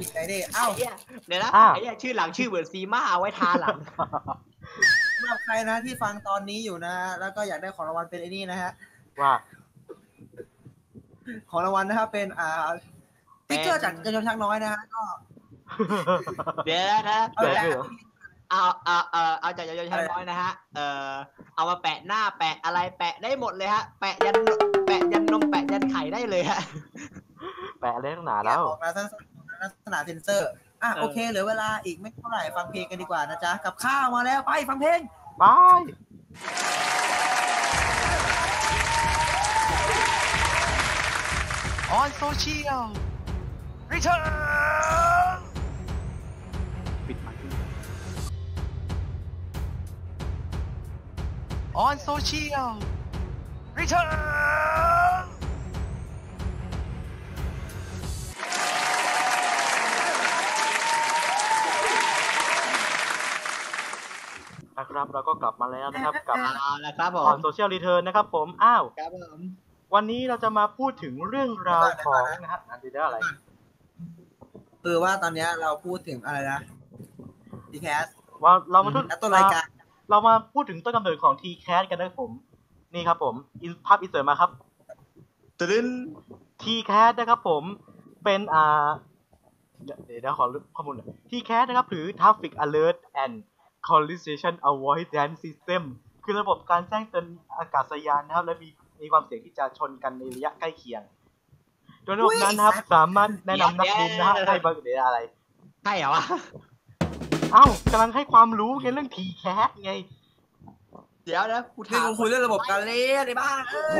[SPEAKER 4] ผิดใจได้เอ้า
[SPEAKER 5] ไอ้เหี้ยเดี๋ยวนะ
[SPEAKER 2] อ้าว
[SPEAKER 5] ไอ้เหี้ยชื่อหลังชื่อเหมือนซีมาเอาไว้ทาหลัง
[SPEAKER 4] สำหรับใครนะที่ฟังตอนนี้อยู่นะ แล้วก็อยากได้ของรางวัลเป็นไอ้นี่นะฮะ
[SPEAKER 2] ว่า
[SPEAKER 4] ของรางวัลนะครับเป็นอ่า
[SPEAKER 5] เป็
[SPEAKER 4] ติ๊
[SPEAKER 5] น
[SPEAKER 4] กเกอร์จากกระชนชักน้อยนะฮะก็
[SPEAKER 5] เดี๋ยวนะ
[SPEAKER 4] เอา
[SPEAKER 2] แปะ
[SPEAKER 4] แปะ
[SPEAKER 2] ด้วยเหรอ
[SPEAKER 5] เอาเอาเอาเอาจากยอยๆชัยน้อยนะฮะเออเอามาแปะหน้าแปะอะไรแปะได้หมดเลยฮะ แปะยันแปะยันนมแปะยันไข่ได้เลยฮะ
[SPEAKER 2] แปะอะไรตั้งหนา
[SPEAKER 4] แล้
[SPEAKER 2] แล้ว ว
[SPEAKER 4] ออกมาสั้นๆลักษณะเซนเซอร์ อ่ะ
[SPEAKER 5] เออ
[SPEAKER 4] โอเคเหลือเวลาอีกไม่เท่าไหร่ฟังเพลงกันดีกว่านะจ๊ะ กับข้าวมาแล้วไปฟังเพลง
[SPEAKER 2] บาย
[SPEAKER 1] ออนโซเชียลรีเทิร์น
[SPEAKER 2] ปิดไมค์
[SPEAKER 1] on social return
[SPEAKER 2] นะครับเราก็กลับมาแล้วนะครับกับ
[SPEAKER 5] เอาละครับผ
[SPEAKER 2] ออ
[SPEAKER 5] ม
[SPEAKER 2] นโซเชียลรีเทิร์นนะครับผมอ้าว
[SPEAKER 5] ครับผม
[SPEAKER 2] วันนี้เราจะมาพูดถึงเรื่องราวของนะฮะอันนี้ได้อะไร
[SPEAKER 4] คือว่าตอนเนี้ยเราพูดถึงอะไรนะดีแคส
[SPEAKER 2] ว่าเรามาพูด
[SPEAKER 4] และตัวรายการ
[SPEAKER 2] เรามาพูดถึงต้นกำเนิดของ t c a t กันนะครับผม นี่ครับผมอินภาพอินเสิร์ตมาครับ
[SPEAKER 5] ตื่น
[SPEAKER 2] ทีแคสนะครับผมเป็นอ่าเดี๋ยวเดี๋ยวขอข้อมูลหน่อยทีแคสนะครับหรือ Traffic Alert and Collision Avoidance System คือระบบการแจ้งเตือนอากาศยานนะครับ และมีมีความเสี่ยงที่จะชนกันในระยะใกล้เคียง โดยระบบนั้นนะครับ สามารถแนะนำนักบินนะฮะ
[SPEAKER 5] เดี๋ยว
[SPEAKER 2] ให้บริเวณอะไร
[SPEAKER 5] ใช่เหรอวะ
[SPEAKER 2] เอ้ากำลังให้ความรู้เกี่ยวกับเรื่องทีแคสไง
[SPEAKER 5] เดี๋ยวนะกูถา
[SPEAKER 4] นี่
[SPEAKER 5] ม
[SPEAKER 4] กูคุยเรื่องระบบการเล่นในบ้านเอ้ย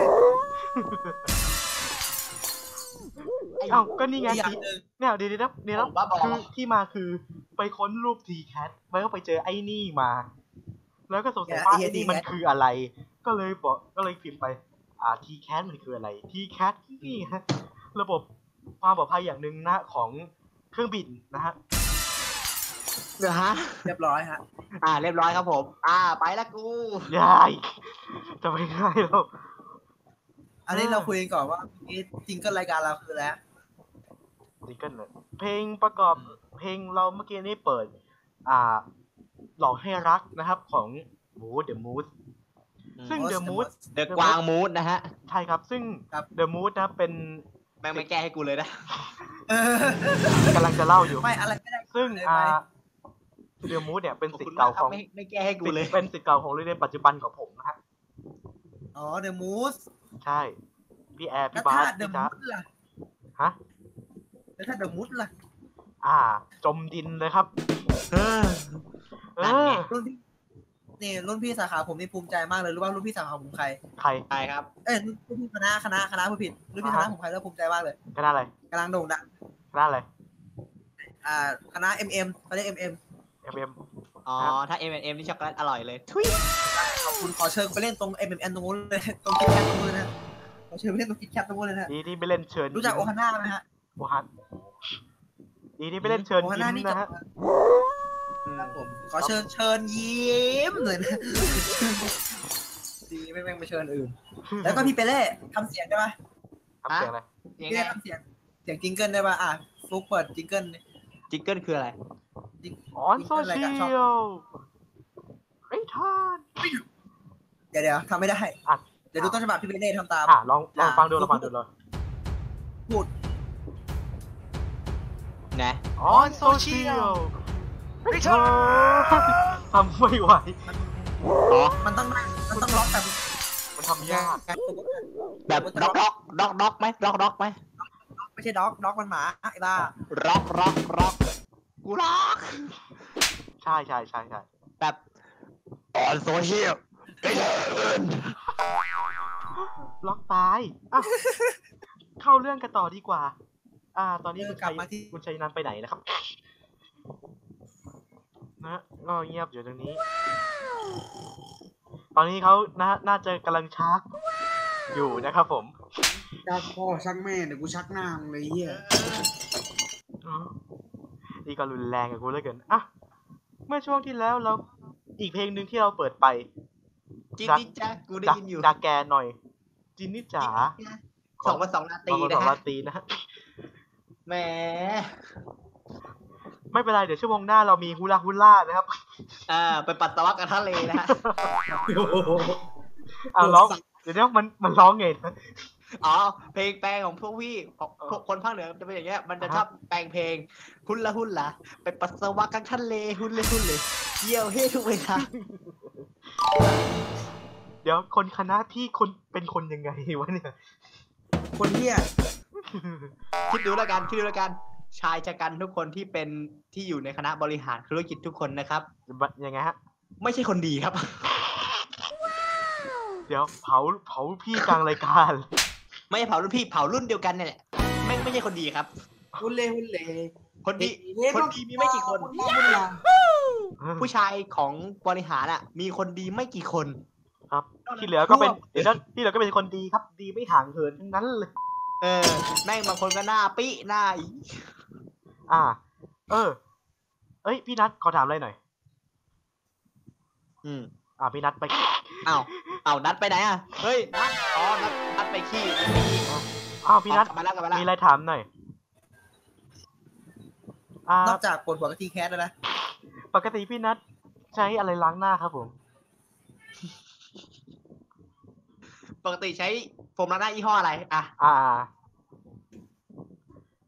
[SPEAKER 5] ไอ้
[SPEAKER 2] เอ้าก็นี่ไง
[SPEAKER 4] อีกอย่า
[SPEAKER 2] ที่
[SPEAKER 4] งหนึ่ง
[SPEAKER 2] เนี่ยเดี๋ยวเดี๋ยวเดี๋ยว
[SPEAKER 5] ผมบ้าบอ
[SPEAKER 2] คือที่มาคือไปค้นรูปทีแคทแล้วก็ไปเจอไอ้นี่มา แล้วก็สงสัยว่า
[SPEAKER 4] เนี่ยไอ้
[SPEAKER 2] ไอ้นี่มัน
[SPEAKER 4] T-Cat
[SPEAKER 2] คืออะไร ก็เลยบอกก็เลยพิมพ์ไป อ่าทีแคทมันคืออะไรทีแคทนี่ฮะระบบความปลอดภัยอย่างหนึ่งนะของเครื่องบินนะฮ ะ
[SPEAKER 5] เดี๋ยวฮะ
[SPEAKER 4] เรียบร้อยฮะ
[SPEAKER 5] อ่า เรียบร้อยครับผม อ่า ไปละกู
[SPEAKER 2] ยายจะไปง่ายแล้ว
[SPEAKER 4] อันนี้
[SPEAKER 2] อ่า
[SPEAKER 4] เราคุยกันก่อนว่าวันนี้จริงเกิลรายการเราคือแล้ว
[SPEAKER 2] ซิงเกิลเลยเพลงประกอบเพลงเราเมื่อกี้นี้เปิด อ่า หลอกให้รักนะครับของมูดเดอะมูดซึ่ง
[SPEAKER 4] Mood
[SPEAKER 2] เดอะ
[SPEAKER 4] The
[SPEAKER 2] มูด
[SPEAKER 4] Mood
[SPEAKER 5] เดอะกวางมูดนะฮะ
[SPEAKER 2] ใช่ครับ ซึ่ง
[SPEAKER 4] ครับ
[SPEAKER 2] เดอะมูดนะเป็น
[SPEAKER 5] แม่งไม่แก้ให้กูเลยนะ
[SPEAKER 4] เออก
[SPEAKER 2] ำลังจะเล่าอยู่
[SPEAKER 4] ไม่อะไรไม่ได้
[SPEAKER 2] ซึ่ง
[SPEAKER 4] เลย
[SPEAKER 2] อ่า
[SPEAKER 4] ไป
[SPEAKER 2] เดอะมูดเนี่ยเป็น
[SPEAKER 5] ขอบ
[SPEAKER 2] สิท
[SPEAKER 5] คุณ
[SPEAKER 2] ธิ์
[SPEAKER 5] มา
[SPEAKER 2] เก่าก
[SPEAKER 5] ค
[SPEAKER 2] ข
[SPEAKER 5] รับ
[SPEAKER 2] อง
[SPEAKER 5] ไม่ไม่แก้ให้กูเลย
[SPEAKER 2] เป็นสิทธิ์เก่าของโรงเรียนปัจจุบันของผมนะฮะ
[SPEAKER 4] อ๋อเดอะมูส
[SPEAKER 2] ใช่ พี่แอร์
[SPEAKER 4] แล้ว
[SPEAKER 2] พี่บา
[SPEAKER 4] ถ้า
[SPEAKER 2] ส
[SPEAKER 4] เด
[SPEAKER 2] พี่
[SPEAKER 4] อะ
[SPEAKER 2] จ๊า
[SPEAKER 4] มูส
[SPEAKER 2] บ
[SPEAKER 4] ล่ะ
[SPEAKER 2] ฮะ
[SPEAKER 4] แล้วถ้าเดอะมูสล่ะ
[SPEAKER 2] อ่า จมดินเลยครับ เอ
[SPEAKER 5] นั่น
[SPEAKER 2] อ
[SPEAKER 5] ไง
[SPEAKER 4] รุ่นพี่นี่รุ่นพี่สาขาผมนี่ภูมิใจมากเลยรู้ว่ารุ่นพี่สาขาผมใคร
[SPEAKER 2] ใคร
[SPEAKER 5] ใช่ครับ
[SPEAKER 4] เอ้ยรุ่นพี่คณะคณะคณะผู้ผิดรุ่นพี่คณะผมใครแล้วภูมิใจมากเลย
[SPEAKER 2] คณะอะไร
[SPEAKER 4] กำลังโด่งดัง
[SPEAKER 2] คณะอะไร
[SPEAKER 4] อ่าคณะ MM เขาเรียก MM
[SPEAKER 2] เอ็มเอ็ม
[SPEAKER 5] อ๋อ ถ้า M&M นี่ช็อกโกแลตอร่อยเลย
[SPEAKER 4] ขอบคุณขอเชิญไปเล่นตรง MM ตรงนู้นเลยตรงคิดแคปตรงนู้นนะขอเชิญไปเล่นตรงคิดแคปตรงนู้นเลยนะ
[SPEAKER 2] ดีที่ไม่เล่นเชิญ
[SPEAKER 4] รู้จักโอ
[SPEAKER 2] ยิ้ม
[SPEAKER 4] ฮาน่าไหมฮะ
[SPEAKER 2] โอฮันดีที่ไม่เล่นเชิญ
[SPEAKER 4] โอฮา
[SPEAKER 2] ยิ้
[SPEAKER 4] น่าม นี่จะ
[SPEAKER 2] นะฮะ
[SPEAKER 4] ครับผมขอเชิญเชิญยิ้มเลยนะดีไม่แม่งไปเชิญอื่น แล้วก็พี่เปเล่ทำเสียงได้ปะ
[SPEAKER 2] ครับเสียงอะไร
[SPEAKER 4] พี่
[SPEAKER 5] ยัง
[SPEAKER 4] เป
[SPEAKER 5] ไง
[SPEAKER 4] เล่ทำเสียงเสียงจิงเกิลได้ปะอ่ะฟลุกเปิดจิงเกิลดิ
[SPEAKER 5] จิกเกิลคืออะไร
[SPEAKER 4] จิง
[SPEAKER 2] ออนโซเชียลรีทอน
[SPEAKER 4] เดี๋ยวเดี๋ยวทำไม่ได้เดี๋ยวดูต้นฉบับพี่เปเล่ทำตาม
[SPEAKER 2] อ่ะลองลองฟังดูลองฟังดูเลย
[SPEAKER 4] พูด
[SPEAKER 5] นะ
[SPEAKER 2] ออนโซเชียลรีทอนทำไม่ไหว
[SPEAKER 5] อ๋อ
[SPEAKER 4] มันต้องได้มันต้องล็อกแบบ
[SPEAKER 2] มันทำยาก
[SPEAKER 5] แบบด็อกด็อกด็อกด็อกไหมด็อกด็อกไหม
[SPEAKER 4] ไม่ใช่ด็อกด็อกมันหมาไอ้บ้า
[SPEAKER 5] ร็อกร็อกร็อกกูร็อก
[SPEAKER 2] ใช่ใช่ใช่ใช่
[SPEAKER 5] แบบออนโซเชียล
[SPEAKER 2] ล็อกตายอ่ะเข้าเรื่องกันต่อดีกว่า อ่า ตอนนี้
[SPEAKER 4] เออ
[SPEAKER 2] คุณ
[SPEAKER 4] กลั
[SPEAKER 2] ชั
[SPEAKER 4] บ
[SPEAKER 2] ย
[SPEAKER 4] มาที่
[SPEAKER 2] คุณชัยนันท์ไปไหนนะครับ นะก็เงียบอยู่ตรงนี้ ตอนนี้เขาน่าน่าจะกำลังชักอยู่นะครับผม
[SPEAKER 3] ชักพ่อชักแม่เดี๋ยวกูชักหน้ามึงเลยไอ้เฮีย
[SPEAKER 2] อ๋อนี่ก็รุนแรงกับกูเหลือเกิน อ่ะ เมื่อช่วงที่แล้วเราอีกเพลงหนึ่งที่เราเปิดไป
[SPEAKER 5] จินนี่จ้ากูได้
[SPEAKER 2] จาก
[SPEAKER 5] ยินอยู่
[SPEAKER 2] จากแกหน่อย จินนิจ๋า
[SPEAKER 5] สองวันสองนาที
[SPEAKER 2] บางคน
[SPEAKER 5] นะ
[SPEAKER 2] บอก
[SPEAKER 5] ฮะ
[SPEAKER 2] ว่าตีนะ
[SPEAKER 5] แหม
[SPEAKER 2] ไม่เป็นไร เดี๋ยวชั่วโมงหน้าเรามีฮูลาฮูล่านะครับ
[SPEAKER 5] อ่า ไปปัสสาวะกันทะเลนะฮะ
[SPEAKER 2] เอาร้องเดี๋ยวเดี๋ยวมันมันร้องไงนะ
[SPEAKER 5] อ๋อ เพลงแปลงของพวกพี่ของพวกคนภาคเหนือจะเป็นอย่างเงี้ย มันจะ
[SPEAKER 2] อ่าฮะ
[SPEAKER 5] ชอบแปลงเพลงฮุนละฮุนละไปปัสสาวะกลางทะเลฮุนเลยฮุนเลยเยี่ยวเฮ้ทุกเวลา
[SPEAKER 2] เดี๋ยวคนคณะพี่คนเป็นคนยังไงวะเนี่ย
[SPEAKER 3] คนเฮีย
[SPEAKER 5] คิดดูแล้วกันคิดดูแล้วกัน ชายชะกันทุกคนที่เป็นที่อยู่ในคณะบริหารธุรกิจทุกคนนะครับ
[SPEAKER 2] ยังไงฮะ
[SPEAKER 5] ไม่ใช่คนดีครับ
[SPEAKER 2] เดี๋ยวเผาเผาพี่กลางรายการ
[SPEAKER 5] ไม่ใช่เผารุ่นพี่เผารุ่นเดียวกันเนี่ยแหละไม่งไม่ใช่คนดีครับ
[SPEAKER 3] ฮุนเล่ฮุนเล่
[SPEAKER 5] คนดีคนดีมีไม่กี่คน
[SPEAKER 3] บุญหลัง
[SPEAKER 5] ผู้ชายของบริหารอ่ะ มีคนดีไม่กี่คน
[SPEAKER 2] ครับ ที่เหลือก็เป็น
[SPEAKER 5] ร่วม
[SPEAKER 2] เดี๋ยวนะที่เหลือก็เป็นคนดีครับ ดีไม่ห่างเหินทั้งนั้นเลย
[SPEAKER 5] เออ แม่งบางคนก็หน้าปิหน้าอี
[SPEAKER 2] อ่า เออ เอ้ย พี่นัทขอถามอะไรหน่อย
[SPEAKER 5] อืม
[SPEAKER 2] อ่า พี่นัทไป
[SPEAKER 5] อ้าวอ้าวนัดไปไหนอ่ะ เฮ้ย นัด อ๋อ นัดนัดไปขี้นัดไปขี้
[SPEAKER 2] อ้าวพี่นัท
[SPEAKER 5] กลับมาแล้วกลับมาแล้ว
[SPEAKER 2] มีอะไรถามหน่อย อ่า
[SPEAKER 4] นอกจากปวดหัวกับทีแคสแล้วนะ
[SPEAKER 2] ปกติพี่นัทใช้อะไรล้างหน้าครับผม
[SPEAKER 5] ปกติใช้ผมล้างหน้ายี่ห้ออะไร อ่ะ
[SPEAKER 2] อ่า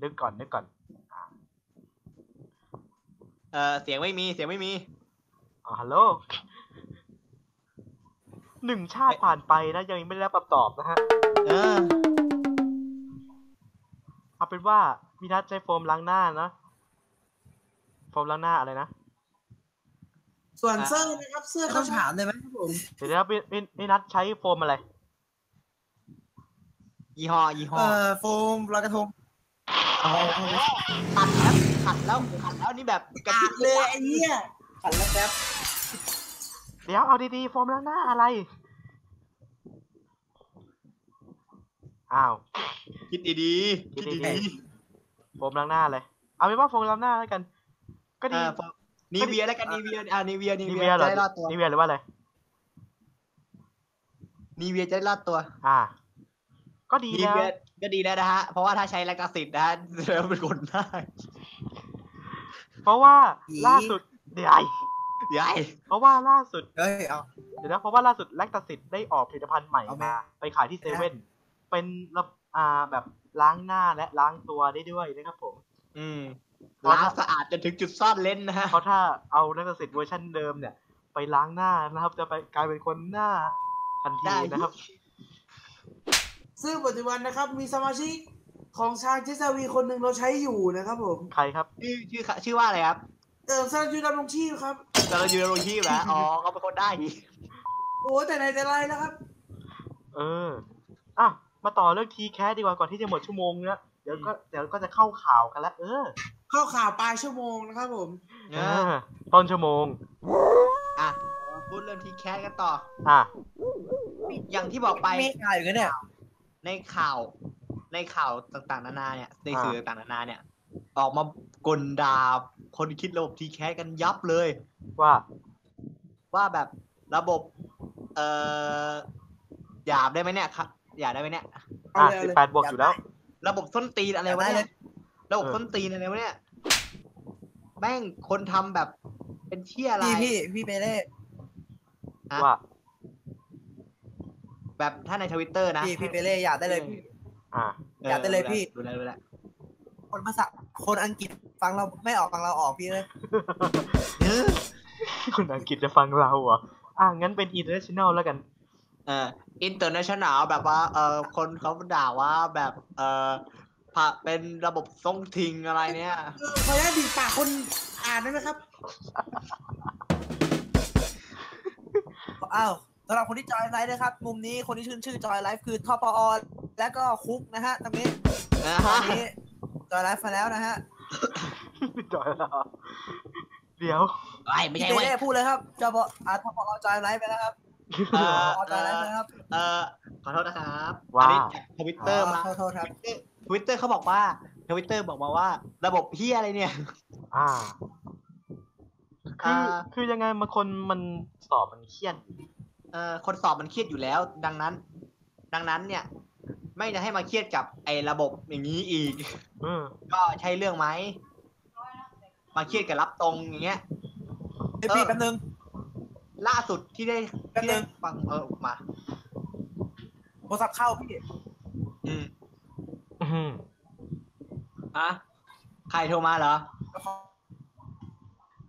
[SPEAKER 2] นึกก่อนนึกก่อน
[SPEAKER 5] เออเสียงไม่มี เสียงไม่มี
[SPEAKER 2] อ๋อฮัลโหล หนึ่งชาติผ่านไปนะยังไม่ได้รับคำตอบนะฮะ
[SPEAKER 5] เออ
[SPEAKER 2] เอาเป็นว่าพี่นัทใช้โฟมล้างหน้านะ โฟมล้างหน้าอะไรนะ
[SPEAKER 3] ส่วนเสื้อนะครับ เสื้อ
[SPEAKER 4] ต้
[SPEAKER 3] เขา
[SPEAKER 4] อง
[SPEAKER 3] ถา
[SPEAKER 4] ถาม มได้ไหม
[SPEAKER 3] ครับผม
[SPEAKER 2] เดี๋ยวนะพี่พี่พี่นัทใช้โฟมอะไร
[SPEAKER 5] ยี่ห้อ ยี่ห้
[SPEAKER 4] เอ
[SPEAKER 5] อ
[SPEAKER 4] อโฟมลอยกระทง เอาเอาเอา
[SPEAKER 5] ขัดแล้วขัดแล้วขัดแล้วนี่แบบกระ
[SPEAKER 4] ขา
[SPEAKER 5] พริ
[SPEAKER 4] ด
[SPEAKER 5] บ
[SPEAKER 4] เลยไอ้เนี่ยขัดแล้วแป๊บ
[SPEAKER 2] เดี๋ยวเอาดีๆโฟมล้างหน้าอะไร อ้าว
[SPEAKER 5] คิดดีๆ
[SPEAKER 2] คิ
[SPEAKER 5] คิ
[SPEAKER 2] ด
[SPEAKER 5] ด
[SPEAKER 2] ดี
[SPEAKER 5] ดี
[SPEAKER 2] โฟมล้างหน้าเลย เอาเป็นว่าโฟมล้างหน้าแล้วกัน ก็
[SPEAKER 5] ๆ
[SPEAKER 2] ดี
[SPEAKER 5] อ่าพอนีเวียแล้วกันนีเวียอ่านีเวียนี
[SPEAKER 2] นิ
[SPEAKER 5] เวี
[SPEAKER 2] เวี
[SPEAKER 5] ย
[SPEAKER 2] ยเหร
[SPEAKER 5] จะ
[SPEAKER 2] อ
[SPEAKER 5] ได้รอดตัว
[SPEAKER 2] นิเวียหรือว่าอะไร
[SPEAKER 5] นีเวียจะได้รอดตัว
[SPEAKER 2] อ่า ก็ดี
[SPEAKER 5] นี
[SPEAKER 2] แล้ว
[SPEAKER 5] เวียก็ดีแล้วนะฮะเพราะว่าถ้าใช้แลกสิทธิ์นะฮะแล้วเป็นคนได้
[SPEAKER 2] เพราะว่าล่าสุด เดี๋ยวไอ้
[SPEAKER 5] ใหญ่
[SPEAKER 2] เพราะว่าล่าสุด
[SPEAKER 4] เฮ้ยเอา
[SPEAKER 2] เดี๋ยวนะเพราะว่าล่าสุดแลคตาซิดได้ออกผลิตภัณฑ์ใหม่
[SPEAKER 4] เอาไหม
[SPEAKER 2] มา ไปขายที่เซเว่นเป็นระบอ่าแบบล้างหน้าและล้างตัวได้ด้วยนะครับผม
[SPEAKER 5] อืม
[SPEAKER 2] เพราะ
[SPEAKER 5] ล้าง
[SPEAKER 2] ถ้า
[SPEAKER 5] สะอาดจนถึงจุดซ่อนเล่นนะฮะ
[SPEAKER 2] เพราะถ้าเอาแลคตาซิดเวอร์ชันเดิมเนี่ย ไปล้างหน้านะครับ จะไปกลายเป็นคนหน้าทันที
[SPEAKER 5] ได้
[SPEAKER 2] นะครับ
[SPEAKER 3] ซึ่งปัจจุบันนะครับมีสมาชิกของชางเจสวีคนหนึ่งเราใช้อยู่นะครับผม
[SPEAKER 2] ใครครับ
[SPEAKER 5] ชื่อชื่อชื่อว่าอะไรครับ
[SPEAKER 3] เติมสร้างยูดำรงชีพครับ
[SPEAKER 5] จารยูโรชีพนะอ๋อเขาเป็นคนได้นี่
[SPEAKER 3] โอ้แต่ไหนแต่ไรแล้วครับ
[SPEAKER 2] เออ อ่ะ มาต่อเรื่องทีแคสดีกว่าก่อนที่จะหมดชั่วโมงเนี้ยเดี๋ยวก็เดี๋ยวก็จะเข้าข่าวกันละเออ
[SPEAKER 3] เข้าข่าวปลายชั่วโมงนะครับผม
[SPEAKER 5] เอ
[SPEAKER 2] เอ
[SPEAKER 5] อ
[SPEAKER 2] อต้นชั่วโมง
[SPEAKER 5] อ่ะพูดเรื่องทีแคสกันต่อ
[SPEAKER 2] อ่ะ
[SPEAKER 5] อย่างที่บอกไป
[SPEAKER 4] ไม่ขายอยู่กันเนี่ย
[SPEAKER 5] ในข่าวในข่าวต่างๆ นานาเนี่ย ในสื่อต่างๆนานาเนี่ย ออกมากลดาคนคิดระบบทีแคสกันยับเลย
[SPEAKER 2] ว่า
[SPEAKER 5] ว่าแบบระบบ เอ่อหยาบได้ไหมเนี่ยครับหยาบได้ไหมเนี่ย
[SPEAKER 3] เอา
[SPEAKER 2] อ่ะ
[SPEAKER 3] เลยเอา
[SPEAKER 2] สิบ
[SPEAKER 3] เลย
[SPEAKER 2] แปดบวกอยู่แล้ว
[SPEAKER 5] ระบบส้นตีนอะไรวะเนี่ยระบบ
[SPEAKER 2] เออ
[SPEAKER 5] ส้นตีนอะไรวะเนี่ยแม่งคนทำแบบเป็นเที่ยอะไร
[SPEAKER 4] พี่พี่พี่ไปเล่
[SPEAKER 5] ฮะ
[SPEAKER 2] ว่า
[SPEAKER 5] แบบถ้าในทวิตเตอร์นะ
[SPEAKER 4] พี่พี่ไปเล่อยากได้เลยพี่
[SPEAKER 2] อ่ะ
[SPEAKER 5] อ
[SPEAKER 4] อยากได้เลยพี่
[SPEAKER 5] ดูแลดูแล
[SPEAKER 4] คนภาษาคนอังกฤษฟังเราไม่ออกฟังเราออกพี่เลย
[SPEAKER 5] เออ
[SPEAKER 2] คนอังกฤษจะฟังเราเหรอ อ่ะ งั้นเป็น international แล้วกัน
[SPEAKER 5] เอออินเตอร์เนชั่นแนลแบบว่าเออคนเขาด่าว่าแบบเออผ่าเป็นระบบทรงทิงอะไรเนี่ย
[SPEAKER 3] เออขออนุญาตดีดปากคนอ่านได้ไหมครับ
[SPEAKER 4] อ้าวสำหรับคนที่จอยไลฟ์นะครับ มุมนี้คนที่ชื่นชื่อจอยไลฟ์คือทปอและก็คุกนะฮะตรงนี้
[SPEAKER 5] นะ
[SPEAKER 4] ต
[SPEAKER 5] ฮะ
[SPEAKER 4] รงนี้จอยไลฟ์มาแล้วนะฮะ
[SPEAKER 2] จอยแล้วเดี๋ยว
[SPEAKER 5] ไอ้ยไม่
[SPEAKER 4] พี่ไป
[SPEAKER 5] ใช่เว้ย
[SPEAKER 4] เล่พูดเลยครับจปอาทปอจอยไลฟ์ไปแล้วครับ
[SPEAKER 5] เอ
[SPEAKER 4] ท
[SPEAKER 5] อ
[SPEAKER 4] ปอจ
[SPEAKER 5] เอ
[SPEAKER 4] อยไล
[SPEAKER 5] อ
[SPEAKER 4] ฟ์ไปแล้วครับ
[SPEAKER 5] เออขอโทษนะครับ
[SPEAKER 2] ว่า
[SPEAKER 5] อันนี้จากทวิตเตอร์มา
[SPEAKER 4] ขอโทษครับ
[SPEAKER 5] ทวิตเตอร์เขาบอกว่าทวิตเตอร์บอกมาว่า ระบบเฮียอะไรเนี่ย
[SPEAKER 2] อ่า คือ
[SPEAKER 5] อ่า
[SPEAKER 2] คือยังไงมาคนมันสอบมันเครียด
[SPEAKER 5] เอ่อคนสอบมันเครียดอยู่แล้ว ดังนั้น ดังนั้นเนี่ย ไม่จะให้มาเครียดกับไอ้ระบบอย่างนี้อีก
[SPEAKER 2] เออ
[SPEAKER 5] ก็ใช่เรื่องไหมมาเครียดกับรับตรงอย่างเงี้ย
[SPEAKER 4] เอ้ยพี่
[SPEAKER 5] เออ
[SPEAKER 4] แป๊บนึง
[SPEAKER 5] ล่าสุดที่ได้
[SPEAKER 4] แป๊บ
[SPEAKER 5] ที่
[SPEAKER 4] นึ
[SPEAKER 5] ได้
[SPEAKER 4] ง
[SPEAKER 5] ฟังเออมา
[SPEAKER 4] โทรศัพท์เข้าพี่
[SPEAKER 5] อืม
[SPEAKER 2] อื้อหือ
[SPEAKER 5] อ่ะใครโทรมาเหรอ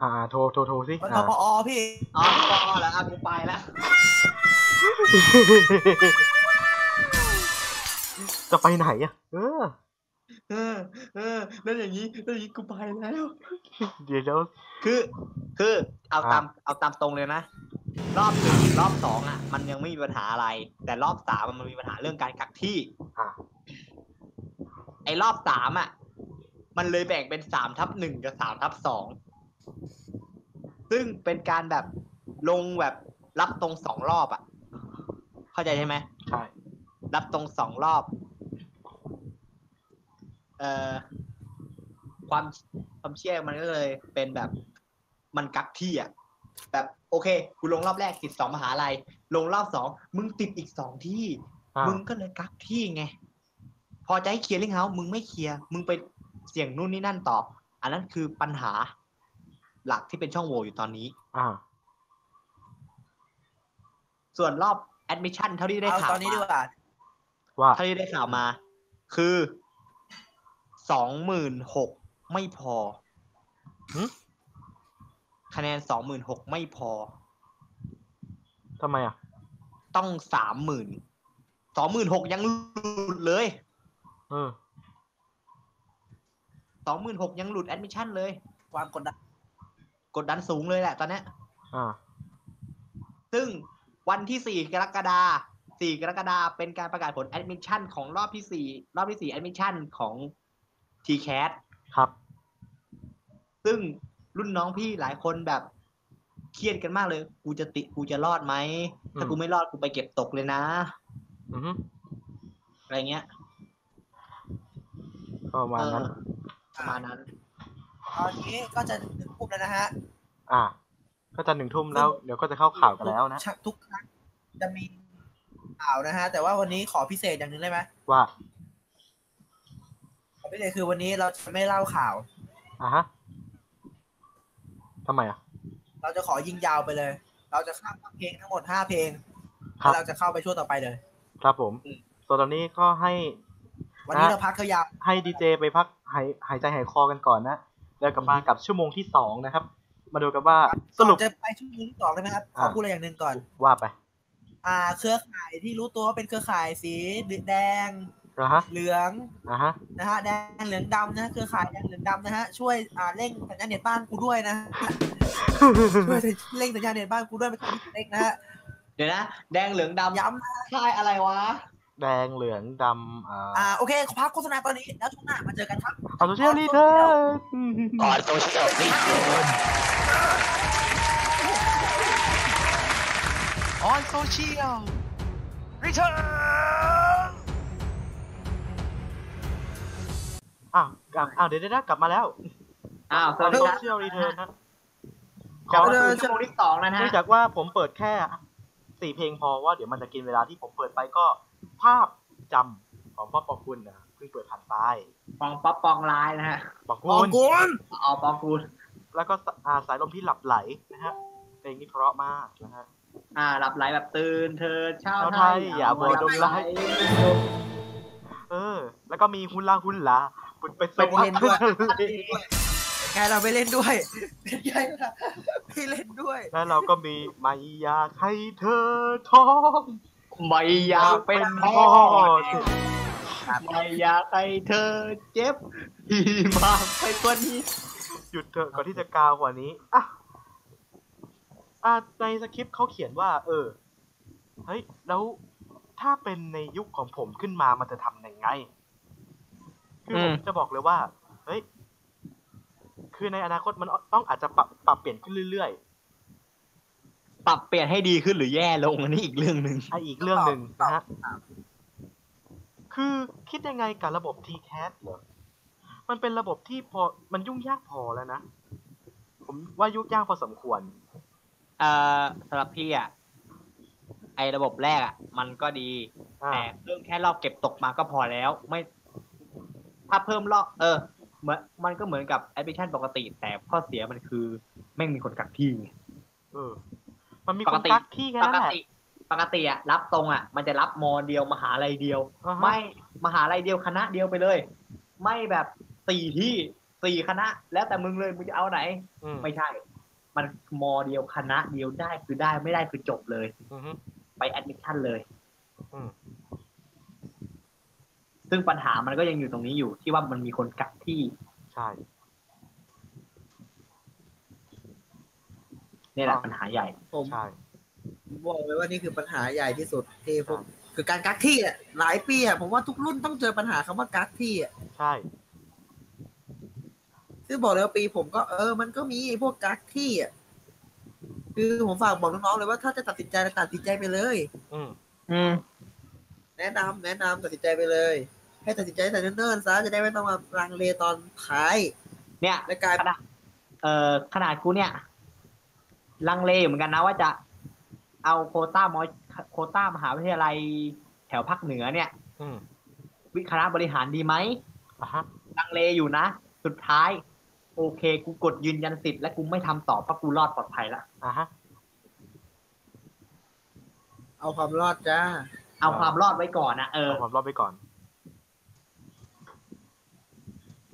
[SPEAKER 2] อ่า โทร โทร โทรสิ
[SPEAKER 4] มันท
[SPEAKER 2] อ่า
[SPEAKER 4] ปอพี่
[SPEAKER 5] อ๋อปอเหรออ่ะกูไปละ
[SPEAKER 2] จะไปไหนอ่ะ เออ
[SPEAKER 5] เออ เออแล้วอย่างนี้แล้วอย่างนี้กูไปแล้ว
[SPEAKER 2] เดี๋ยวเดี๋ยว
[SPEAKER 5] คือคือเอา
[SPEAKER 2] อ่ะ
[SPEAKER 5] ตามเอาตามตรงเลยนะ รอบหนึ่งรอบสองอ่ะ มันยังไม่มีปัญหาอะไร แต่รอบสามอะมันมีปัญหาเรื่องการกักที่
[SPEAKER 2] อ่า
[SPEAKER 5] ไอ้รอบสามอ่ะ มันเลยแบ่งเป็นสามทับหนึ่งกับสามทับสองซึ่งเป็นการแบบลงแบบรับตรงสองรอบอ่ะ เข้าใจใช่ไหม
[SPEAKER 2] ใช่
[SPEAKER 5] รับตรงสองรอบ เอ่อ ความความเชื่อมันก็เลยเป็นแบบมันกักที่อ่ะ แบบโอเคกูลงรอบแรกติดสองมหาลัย ลงรอบสองมึงติดอีกสองที่
[SPEAKER 2] อ่า
[SPEAKER 5] มึงก็เลยกักที่ไง พอจะให้เคลียร์ลิงเฮามึงไม่เคลียร์ มึงไปเสี่ยงนู่นนี่นั่นต่อ อันนั้นคือปัญหา หลักที่เป็นช่องโหว่อยู่ตอนนี้
[SPEAKER 2] อ่า
[SPEAKER 5] ส่วนรอบแอดมิชชั่นเท่าที่ได้
[SPEAKER 4] เอา
[SPEAKER 5] ข่าว
[SPEAKER 4] ตอนนี้
[SPEAKER 5] มา
[SPEAKER 4] ดีกว่า
[SPEAKER 2] ว่า
[SPEAKER 5] เท่าที่ได้ข่าวมา คือสองหมื่นหกไม่พอ
[SPEAKER 2] หึ
[SPEAKER 5] คะแนนสองหมื่นหกไม่พอ
[SPEAKER 2] ทำไมอ่ะ
[SPEAKER 5] ต้องสามหมื่นสองหมื่นหกยังหลุดเลย
[SPEAKER 2] เออ
[SPEAKER 5] สองหมื่นหกยังหลุดแอดมิชชั่นเลย
[SPEAKER 4] ความกดดัน
[SPEAKER 5] กดดันสูงเลยแหละตอนเนี้ย
[SPEAKER 2] อ่า
[SPEAKER 5] ซึ่งวันที่สี่กรกฎาสี่กรกฎาเป็นการประกาศผลแอดมิชชั่นของรอบที่สี่รอบที่สี่แอดมิชชั่นของ ทีแคส
[SPEAKER 2] ครับ
[SPEAKER 5] ซึ่งรุ่นน้องพี่หลายคนแบบเครียดกันมากเลย กูจะติกูจะรอดไหม ถ้ากูไม่รอดกูไปเก็บตกเลยนะ
[SPEAKER 2] อือฮึ
[SPEAKER 5] อะไรเงี้ย
[SPEAKER 2] ก็ประมาณนั้น
[SPEAKER 5] เออประมาณนั้น
[SPEAKER 4] ตอนนี้ก็จะถึงคุกแล้วนะฮะ
[SPEAKER 2] อ่ะก็จะหนึ่งทุ่มแล้ว เดี๋ยวก็จะเข้าข่าวกันแล้วนะ
[SPEAKER 4] ทุกครั้งจะมีข่าวนะฮะ แต่ว่าวันนี้ขอพิเศษอย่างหนึงได้ไหม
[SPEAKER 2] ว่า
[SPEAKER 4] ขอพิเศษคือวันนี้เราจะไม่เล่าข่าว
[SPEAKER 2] อ่ะฮะทำไมอ่ะ
[SPEAKER 4] เราจะขอยิงยาวไปเลย เราจะข้ามเพลงทั้งหมดห้าเพลง
[SPEAKER 2] ครับ
[SPEAKER 4] แล้วเราจะเข้าไปช่วงต่อไปเลย
[SPEAKER 2] ครับผม
[SPEAKER 5] อืม
[SPEAKER 2] ส่วนตอนนี้ก็ให้
[SPEAKER 4] วันนี้
[SPEAKER 2] ฮะ
[SPEAKER 4] เราพักเขายาว
[SPEAKER 2] ให้ดีเจไปพักหายหายใจหายคอกันก่อนนะ แล้วกลับมากับชั่วโมงที่สองนะครับ มาดูกันว่าสรุป
[SPEAKER 4] ก่อนจะไปช่วงที่สองได้ไหมครับ ข
[SPEAKER 2] อ่า
[SPEAKER 4] อพูดอะไรอย่างหนึ่งก่อน
[SPEAKER 2] ว่าไป
[SPEAKER 4] อ่า เครือข่ายที่รู้ตัวว่าเป็นเครือข่ายสีแดง
[SPEAKER 2] นะฮะ
[SPEAKER 4] เหลือง
[SPEAKER 2] อ่ะฮะ
[SPEAKER 4] นะฮะ แดงเหลืองดำนะฮะเครือข่ายแดงเหลืองดำนะฮะ ช่วยอ่าเร่งสัญญาณเน็ตบ้านกูด้วยนะฮะ ช่วยเร่งสัญญาณเน็ตบ้านกูด้วยเป็นคนเล็กนะฮะ
[SPEAKER 5] เดี๋ยวนะ แดงเหลืองดำ
[SPEAKER 4] ย้ำ
[SPEAKER 5] ค่ายอะไรวะ
[SPEAKER 2] แดงเหลืองดำอ่า
[SPEAKER 4] อ่าโอเคพักโฆษณาตอนนี้แล้วช่วงหน้ามาเจอกัน ครับ
[SPEAKER 2] เอาโซเชียลรีเทิร์น
[SPEAKER 1] On social. Return.
[SPEAKER 2] อ้าวกลับอ้าวเดี๋ยวเดี๋ยวนะกลับมาแล้ว
[SPEAKER 5] อ้าวสวัสดี
[SPEAKER 2] โซ
[SPEAKER 5] ครับ
[SPEAKER 2] เชียลรีเทิร์นนะ
[SPEAKER 5] กลับ
[SPEAKER 2] ขอ
[SPEAKER 5] มา
[SPEAKER 2] เ
[SPEAKER 5] สู่ชั่วโมงที่สองแล้วนะ
[SPEAKER 2] นื่อง
[SPEAKER 5] ฮะ
[SPEAKER 2] จากว่าผมเปิดแค่สี่เพลงพอว่าเดี๋ยวมันจะกินเวลาที่ผมเปิดไปก็ภาพจำของพ่อปอคุณนะเพิ่งเปิดผ่านไป
[SPEAKER 5] ปองป๊อปปองลายนะฮะ
[SPEAKER 2] ปอคุณ
[SPEAKER 5] อ๋อปองกูล
[SPEAKER 2] แล้วก็สอ่าสายลมที่หลับไหลนะฮะเพลงนี้เพราะมากนะฮะ
[SPEAKER 5] อ่าหลับไหลแบบตื่นเธอเช้า
[SPEAKER 2] เช้าไท
[SPEAKER 5] ไท
[SPEAKER 2] ย
[SPEAKER 5] ย
[SPEAKER 2] อย่าบ่นดงร้าย เออ แล้วก็มีฮุนลาฮุนลาบุญไปส่ง
[SPEAKER 4] ไปเล่นด้วย
[SPEAKER 2] ทะเล
[SPEAKER 4] ไงเราไปเล่นด้วยเป็นไงล่ะไปเล่นด้วย
[SPEAKER 2] แล้วเราก็มีไม่อยากให้เธอท้อง
[SPEAKER 5] ไม่อยากเป็นพ่อไม่อยากให้เธอเจ็บ ที่มากไปกว่านี้
[SPEAKER 2] หยุดเถอะก่อนที่จะกาวกว่านี้อ่ะอ่ะในสคริปต์เขาเขียนว่า เออ เฮ้ย แล้วถ้าเป็นในยุคของผมขึ้นมามันจะทำยังไง คือผม
[SPEAKER 5] อืม
[SPEAKER 2] จะบอกเลยว่า เฮ้ย คือในอนาคตมันต้องอาจจะปรับปรับเปลี่ยนขึ้นเรื่อย
[SPEAKER 5] ปรับเปลี่ยนให้ดีขึ้นหรือแย่ลงอันนี้อีกเรื่องหนึ่ง
[SPEAKER 2] ๆไอะอีกเรื่องหนึ่งนะฮะ คือคิดยังไงกับระบบ t c a s เหรอ มันเป็นระบบที่พอ มันยุ่งยากพอแล้วนะ ผมว่ายุ่งยากพอสมควร
[SPEAKER 5] เอ่อสำหรับพี่อ่ะไอระบบแรกอ่ะ มันก็ดี
[SPEAKER 2] อ่า
[SPEAKER 5] แต่เพิ่มแค่รอบเก็บตกมาก็พอแล้ว ไม่ ถ้าเพิ่มรอบเออเหมือนมันก็เหมือนกับแอปพลิเคชันปกติ แต่ข้อเสียมันคือไม่งมีคนกักที่ไง
[SPEAKER 2] เออ มันมีค
[SPEAKER 5] ปก
[SPEAKER 2] น
[SPEAKER 5] ติ
[SPEAKER 2] กักที่แค่
[SPEAKER 5] ป
[SPEAKER 2] นั้น
[SPEAKER 5] ก
[SPEAKER 2] แหละ
[SPEAKER 5] ติ ปกติอ่ะรับตรงอ่ะ มันจะรับมอเดียวมหาลัยเดียว
[SPEAKER 2] อ่าฮะ
[SPEAKER 5] ไม่มหาลัยเดียวคณะเดียวไปเลย ไม่แบบสี่ที่สี่คณะ แล้วแต่มึงเลยมึงจะเอาไหน
[SPEAKER 2] อืม
[SPEAKER 5] ไม่ใช่ มันมอเดียวคณะเดียวได้คือได้ไม่ได้คือจบเลย
[SPEAKER 2] อือฮึ
[SPEAKER 5] ไปแอดมิชชั่นเลย
[SPEAKER 2] อืม
[SPEAKER 5] ซึ่งปัญหามันก็ยังอยู่ตรงนี้อยู่ที่ว่ามันมีคนกักที่
[SPEAKER 2] ใช่
[SPEAKER 5] เนี่ยแหละ
[SPEAKER 2] อ่า
[SPEAKER 5] ปัญหาใหญ่
[SPEAKER 4] ผม
[SPEAKER 2] ใช่
[SPEAKER 4] บอกเลยว่านี่คือปัญหาใหญ่ที่สุดที่ผมคือการกักที่อะหลายปีอะผมว่าทุกรุ่นต้องเจอปัญหาคำว่ากักที่อะ
[SPEAKER 2] ใช่
[SPEAKER 4] ซึ่งบอกเลยว่าปีผมก็เออ มันก็มีไอ้พวกกักที่อะคือผมฝากบอกน้องๆเลยว่าถ้าจะตัดสินใจตัดสินใจไปเลย
[SPEAKER 2] อืม
[SPEAKER 5] อืม
[SPEAKER 4] แนะนำแนะนำตัดสินใจไปเลย ให้ตัดสินใจแต่เนิ่นๆซะจะได้ไม่ต้องมาลังเลตอนท้าย
[SPEAKER 5] เนี่ย
[SPEAKER 4] และกลายเป็น
[SPEAKER 5] เอ่อขนาดกูเนี่ย ลังเลอยู่เหมือนกันนะว่าจะเอาโควต้ามอโควต้ามหาวิทยาลัยแถวภาคเหนือเนี่ย
[SPEAKER 2] อืม
[SPEAKER 5] วิคณะบริหารดีไหม
[SPEAKER 2] อ่ะฮะ
[SPEAKER 5] ลังเลอยู่นะ สุดท้าย โอเค กูกดยืนยันสิทธิ์และกูไม่ทำต่อเพราะกูรอดปลอดภัยละ
[SPEAKER 2] อ่ะฮะ
[SPEAKER 4] เอาความรอดจ้า
[SPEAKER 5] เอาความรอดไว้ก่อนนะเออ
[SPEAKER 2] เอาความรอบไปก่อน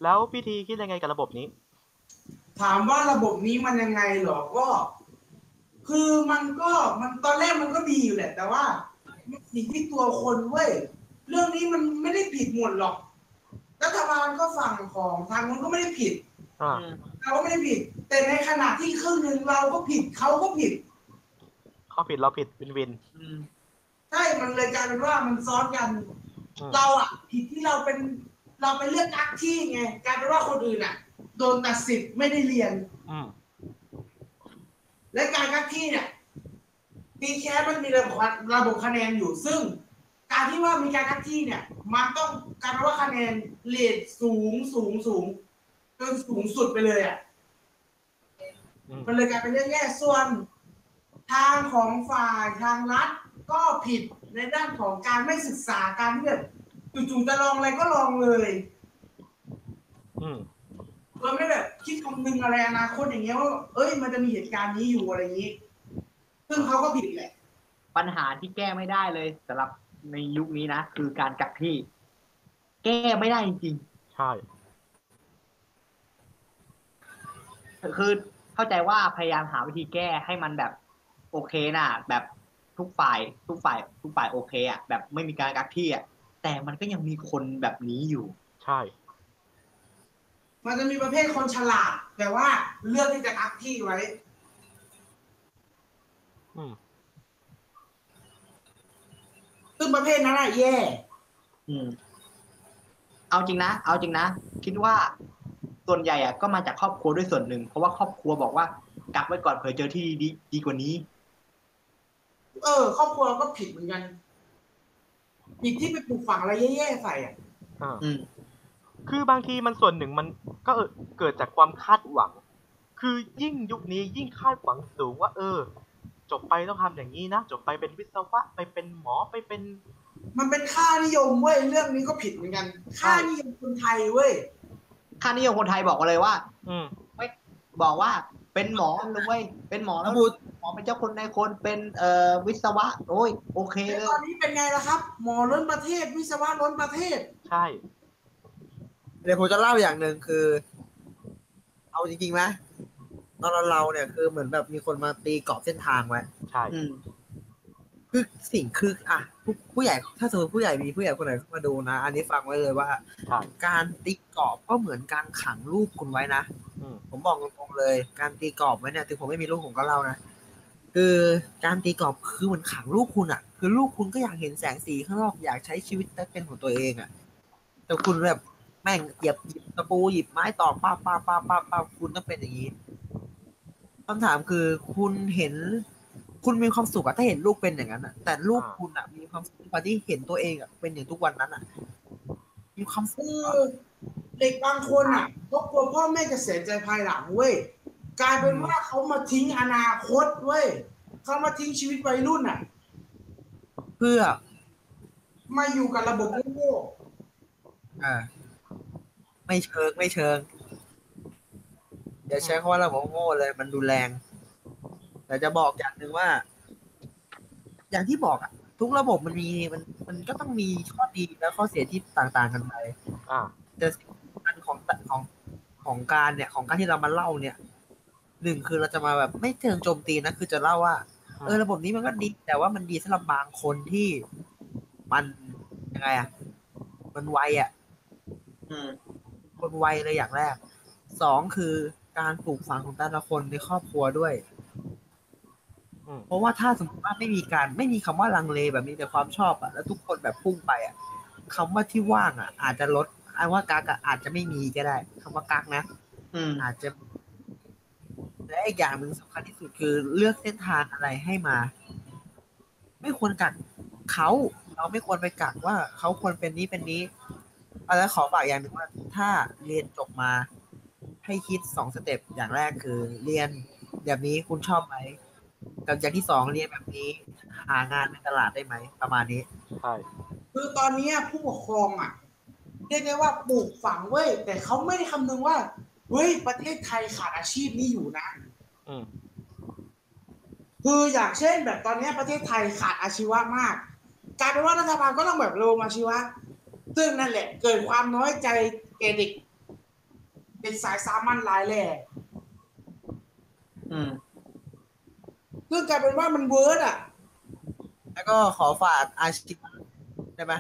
[SPEAKER 2] แล้วพี่ทีคิดยังไงกับระบบนี้
[SPEAKER 3] ถามว่าระบบนี้มันยังไงเหรอ ก็ คือมันก็มันตอนแรกมันก็ดีอยู่แหละ แต่ว่ามันผิดที่ตัวคนเว้ย เรื่องนี้มันไม่ได้ผิดหมดหรอก รัฐบาลก็ฝั่งของทางนู้นก็ไม่ได้ผิด
[SPEAKER 2] อ่า
[SPEAKER 3] เราก็ไม่ได้ผิด แต่ในขณะที่ครึ่งหนึ่งเราก็ผิดเขาก็ผิด
[SPEAKER 2] ข้อผิดเราผิดวินวิน
[SPEAKER 3] ใช่ มันเลยกลายเป็นว่ามันซ้อนกัน
[SPEAKER 2] อืม
[SPEAKER 3] เราอ่ะ ผิดที่เราเป็น เราไปเลือกนักที่ไงกลายเป็นว่าคนอื่นอ่ะ โดนตัดสิทธิ์ไม่ได้เรียน
[SPEAKER 2] อืม
[SPEAKER 3] และการคัดที่เนี่ยปีแคสมันมีระบบระบบคะแนนอยู่ ซึ่ง การที่ว่ามีการคัดที่เนี่ย มันต้องการว่าคะแนนเลทสูงสูงสูงจนสูงสุดไปเลยอ่ะ
[SPEAKER 2] อืม
[SPEAKER 3] มันเลยกลายเป็นเรื่องแย่ส่วนทางของฝ่ายทางรัฐก็ผิดในด้านของการไม่ศึกษาการที่แบบจู่ๆจะลองอะไรก็ลองเลย
[SPEAKER 2] อืม
[SPEAKER 3] โดยไม่แบบคิดคำนึงอะไรอนาคตอย่างเงี้ยว่าเอ้ยมันจะมีเหตุการณ์นี้อยู่อะไรอย่างนี้ ซึ่งเขาก็ผิดแหละ
[SPEAKER 5] ปัญหาที่แก้ไม่ได้เลยสำหรับในยุคนี้นะ คือการกักที่ แก้ไม่ได้จริง
[SPEAKER 2] ใช่
[SPEAKER 5] ๆคือเข้าใจว่าพยายามหาวิธีแก้ให้มันแบบโอเคนะแบบทุกฝ่าย ทุกฝ่าย ทุกฝ่ายโอเคอะแบบไม่มีการกักที่อะแต่มันก็ยังมีคนแบบนี้อยู่
[SPEAKER 2] ใช่
[SPEAKER 3] มันจะมีประเภทคนฉลาด แต่ว่าเลือกที่จะอักที่ไว้
[SPEAKER 2] อืม
[SPEAKER 3] ซึ่งประเภทนั้นอะแย่
[SPEAKER 5] อืม เอาจริงนะ เอาจริงนะ คิดว่าส่วนใหญ่อะก็มาจากครอบครัวด้วยส่วนหนึ่ง เพราะว่าครอบครัวบอกว่ากักไว้ก่อนเผื่อเจอที่ดีดีกว่านี้
[SPEAKER 3] เออ ครอบครัวเราก็ผิดเหมือนกัน ผิดที่ไปปลูกฝังอะไรแย่ๆใส่อ่ะ
[SPEAKER 2] อ่า
[SPEAKER 5] อืม
[SPEAKER 2] คือบางทีมันส่วนหนึ่งมันก็เออเกิดจากความคาดหวัง คือยิ่งยุคนี้ยิ่งคาดหวังสูงว่า เออ จบไปต้องทำอย่างนี้นะจบไปเป็นวิศวะไปเป็นหมอไปเป็น
[SPEAKER 3] มันเป็นค่านิยมเว้ย เรื่องนี้ก็ผิดเหมือนกัน ค่านิยมคนไทยเว้ย
[SPEAKER 5] ค่านิยมคนไทยบอกมาเลยว่า
[SPEAKER 2] อืม
[SPEAKER 5] บอกว่าเป็นหมอเลยเว้ยเป็นหมอแล้ว
[SPEAKER 4] บุตร
[SPEAKER 5] หมอเป็นเจ้าคนในายคนเป็นเอ่อวิศวะ โอ้ยโอเค
[SPEAKER 3] แล้วต
[SPEAKER 5] เล
[SPEAKER 3] อย นนี้เป็นไงล่ะครับ หมอล้นประเทศ วิศวะล้นประเทศ
[SPEAKER 2] ใช่
[SPEAKER 4] เดี๋ยวผมจะเล่าอย่างหนึ่งคือ เอาจริงๆไหมตอนเราเนี่ยคือเหมือนแบบมีคนมาตีกรอบเส้นทางไว้
[SPEAKER 2] ใช่
[SPEAKER 5] อืม
[SPEAKER 4] คือสิ่งคืออ่ะผู้ผู้ใหญ่ถ้าสมมติผู้ใหญ่มีผู้ใหญ่คนไหนมาดูนะ อันนี้ฟังไว้เลยว่า
[SPEAKER 2] ใช่
[SPEAKER 4] การตีกรอบก็เหมือนการขังลูกคุณไว้นะ
[SPEAKER 2] อืม
[SPEAKER 4] ผมบอกตรงๆเลย การตีกรอบไว้เนี่ยถึงผมไม่มีลูกผมก็เล่านะคือการตีกรอบคือเหมือนขังลูกคุณอ่ะ คือลูกคุณก็อยากเห็นแสงสีข้างนอกอยากใช้ชีวิตได้เป็นของตัวเองอ่ะแต่คุณแบบแม่งเหยียบหยิบตะปูหยิบไม้ตอกป้าป้าป้าป้าป้าคุณต้องเป็นอย่างนี้คำถามคือคุณเห็น คุณมีความสุขอะถ้าเห็นลูกเป็นอย่างนั้นอะแต่ลูกคุณอะมีความสุขกว่าที่เห็นตัวเองอะเป็นอย่างทุกวันนั้นอะมีความสุข
[SPEAKER 3] คื
[SPEAKER 4] เหร
[SPEAKER 3] อ
[SPEAKER 4] อ
[SPEAKER 3] เด็กบางคนอ่ะเขากลัวพ่อแม่จะเสียใจภายหลังเว้ยกลายเป็นว่าเขามาทิ้งอนาคตเว้ยเขามาทิ้งชีวิตวัยรุ่นอ่ะ
[SPEAKER 4] เพื่อ
[SPEAKER 3] มาอยู่กับระบบโง่
[SPEAKER 4] อ่าไม่เชิงไม่เชิงอย่าใช้คำว่าเราโง่เลยมันรุนแรง แต่จะบอกอย่างหนึ่งว่า อย่างที่บอกอะทุกระบบมันมีมัน มันก็ต้องมีข้อดีและข้อเสียที่ต่างๆกันไป
[SPEAKER 2] อ่า
[SPEAKER 4] แต่สิ่งสำคัญของของของการเนี่ย ของการที่เรามาเล่าเนี่ยหนึ่งคือเราจะมาแบบไม่เชิงโจมตีนะคือจะเล่าว่า
[SPEAKER 2] อืม
[SPEAKER 4] เออระบบนี้มันก็ดีแต่ว่ามันดีสำหรับบางคนที่มันยังไงอ่ะ มันไวอ่ะ
[SPEAKER 5] อืม
[SPEAKER 4] คนไวเลยอย่างแรกสองคือการปลูกฝังของแต่ละคนในครอบครัวด้วย
[SPEAKER 2] อืม
[SPEAKER 4] เพราะว่าถ้าสมมติว่าไม่มีการไม่มีคำว่าลังเลแบบมีแต่ความชอบอะแล้วทุกคนแบบพุ่งไปอะคำว่าที่ว่างอะอาจจะลดอันว่ากักอะอาจจะไม่มีก็ได้คำว่ากักนะ
[SPEAKER 5] อืม
[SPEAKER 4] อาจจะและอีกอย่างหนึ่งสำคัญที่สุดคือเลือกเส้นทางอะไรให้มา ไม่ควรกักเขาเราไม่ควรไปกักว่าเขาควรเป็นนี้เป็นนี้เอาแล้วขอฝากอย่างหนึ่งว่า ถ้าเรียนจบมา ให้คิดสองสเต็ปอย่างแรกคือ เรียนแบบนี้คุณชอบไหมกับอย่างที่สองเรียนแบบนี้ หางานในตลาดได้ไหม ประมาณนี้
[SPEAKER 2] ใช่
[SPEAKER 3] ๆคือตอนเนี้ยผู้ปกครองอ่ะเรียกได้ว่าปลูกฝังเว้ยแต่เขาไม่ได้คำนึงว่าเฮ้ยประเทศไทยขาดอาชีพนี้อยู่นะ
[SPEAKER 2] อืม
[SPEAKER 3] คืออย่างเช่นแบบตอนเนี้ยประเทศไทยขาดอาชีวะมากกลายเป็นว่ารัฐบาลก็ต้องแบบลงอาชีวะ ซึ่งนั่นแหละ เกิดความน้อยใจแก่เด็ก เป็นสายสามัญหลายแหล่
[SPEAKER 5] อืม
[SPEAKER 3] ซึ่งกลายเป็นว่ามันเวิร์ดอ่ะ
[SPEAKER 4] แล้วก็ขอฝากอาชีพได้ไหม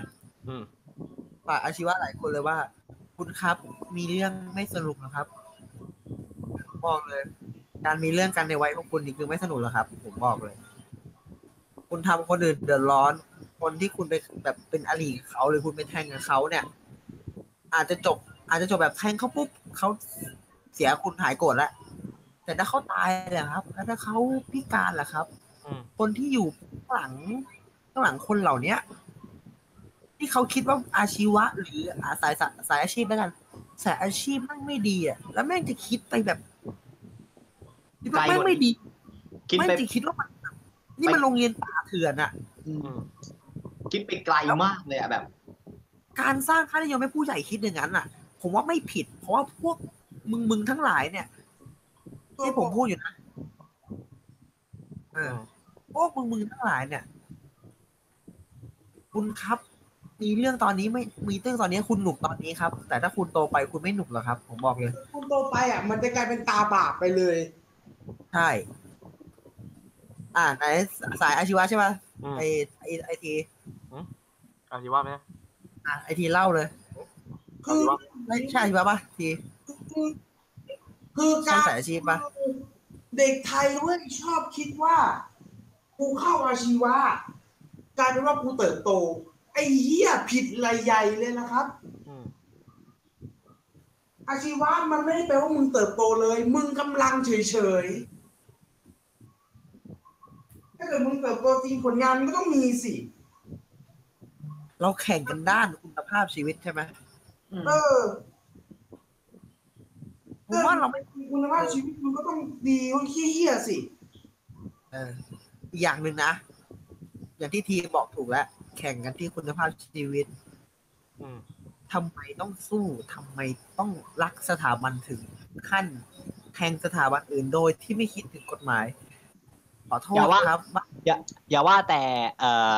[SPEAKER 2] อืม
[SPEAKER 4] ฝากอาชีวะหลายคนเลยว่า คุณครับมีเรื่องไม่สนุกนะครับบอกเลย การมีเรื่องกันในวัยของคุณนี่คือไม่สนุกหรอกครับ ผมบอกเลย คุณทำคนอื่นเดือดร้อน คนที่คุณไปแบบเป็นอลีกับเขาหรือคุณไปแทงกับเขาเนี่ย อาจจะจบ อาจจะจบแบบแทงเขาปุ๊บเขาเสียคุณหายโกรธแล้วแต่ถ้าเขาตายเหรอครับ แล้วถ้าเขาพิการล่ะครับ
[SPEAKER 2] อืม
[SPEAKER 4] คนที่อยู่ข้างหลังข้างหลังคนเหล่าเนี้ย ที่เขาคิดว่าอาชีวะ หรืออาสายสายสายอาชีพแล้วกันสายอาชีพแม่งไม่ดีอ่ะแล้วแม่งจะคิดไปแบบคิดว่าแม่งไม่ดี
[SPEAKER 5] คิด
[SPEAKER 4] ไม่
[SPEAKER 5] ไป
[SPEAKER 4] จริงคิดว่ามันนี่มันโรงเรียนป่าเถื่อนอะ
[SPEAKER 5] คิดไปไกลมากเลยอะแบบ
[SPEAKER 4] การสร้างค่านิยมให้ผู้ใหญ่คิดอย่างนั้นอะผมว่าไม่ผิด เพราะว่าพวกมึงมึงๆทั้งหลายเนี่ยที่ผมพูดอยู่นะเออพวกมึงมึงๆทั้งหลายเนี่ย คุณครับ มีเรื่องตอนนี้ไม่มีเรื่องตอนนี้คุณหนุกตอนนี้ครับ แต่ถ้าคุณโตไปคุณไม่หนุกหรอกครับ ผมบอกเลย
[SPEAKER 3] คุณโตไปอ่ะ มันจะกลายเป็นตาบาปไปเลย
[SPEAKER 4] ใช่ อ่าไหนสายอาชีวะใช่ป่ะ
[SPEAKER 2] อืม
[SPEAKER 4] ไอไอ้ไอที
[SPEAKER 2] อาชีว่าไหม
[SPEAKER 4] อ่ะไอทีเล่าเลย
[SPEAKER 3] คือ
[SPEAKER 4] ไม่ใช่อาชีวะป่ะที
[SPEAKER 3] คือคือ
[SPEAKER 4] ใช่
[SPEAKER 3] การ
[SPEAKER 4] สายอาชีพป่ะ
[SPEAKER 3] เด็กไทยเว้ยชอบคิดว่ากูเข้าอาชีวะกลายเป็นว่ากูเติบโต ไอ้เหี้ยผิดระยยเลยนะครับ
[SPEAKER 2] อืม
[SPEAKER 3] อาชีวะมันไม่ได้แปลว่ามึงเติบโตเลย มึงกำลังเฉยๆถ้าเกิดมึงเติบโตจริงผลงานมันก็ต้องมีสิ
[SPEAKER 4] เราแข่งกันด้านคุณภาพชีวิตใช่ไหม
[SPEAKER 3] เออ
[SPEAKER 4] ผมว่าเราไม่
[SPEAKER 3] คุณภาพชีวิตมันก็ต้องดีกว่าเหี้ยๆสิ
[SPEAKER 4] เอออีกอย่างหนึ่งนะ อย่างที่ทีบอกถูกแล้ว แข่งกันที่คุณภาพชีวิต
[SPEAKER 2] อืม
[SPEAKER 4] ทำไมต้องสู้ทำไมต้องรักสถาบันถึงขั้นแทงสถาบันอื่นโดยที่ไม่คิดถึงกฎหมาย ขอโท
[SPEAKER 5] อ
[SPEAKER 4] ษ
[SPEAKER 5] ย่าว่า
[SPEAKER 4] ครับ
[SPEAKER 5] อย่าว่าแต่ เอ่อ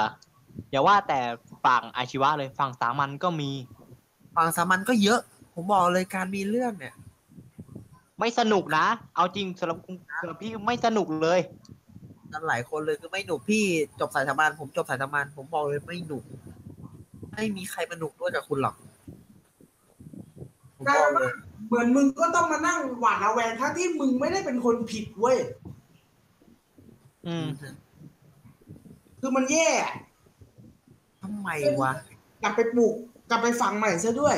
[SPEAKER 5] อย่าว่าแต่ฝั่งอาชีวะเลยฝั่งสามัญก็มี
[SPEAKER 4] ฝั่งสามัญก็เยอะ ผมบอกเลยการมีเรื่องเนี่ย
[SPEAKER 5] ไม่สนุกนะ เอาจริงสำหรับสำหรับพี่ไม่สนุกเลย
[SPEAKER 4] กันหลายคนเลยคือไม่หนุกพี่จบสายสามัญผมจบสายสามัญผมบอกเลยไม่หนุก ไม่มีใครมาหนุกด้วยกับคุณหรอกผมบอกเลย
[SPEAKER 3] เหมือนมึงก็ต้องมานั่งหวาดระแวงทั้งที่มึงไม่ได้เป็นคนผิดเว้ย
[SPEAKER 5] อืม
[SPEAKER 3] คือมันแย่
[SPEAKER 4] ทำไมวะ
[SPEAKER 3] กลับไปปลูกกลับไปฝังใหม่ซะด้วย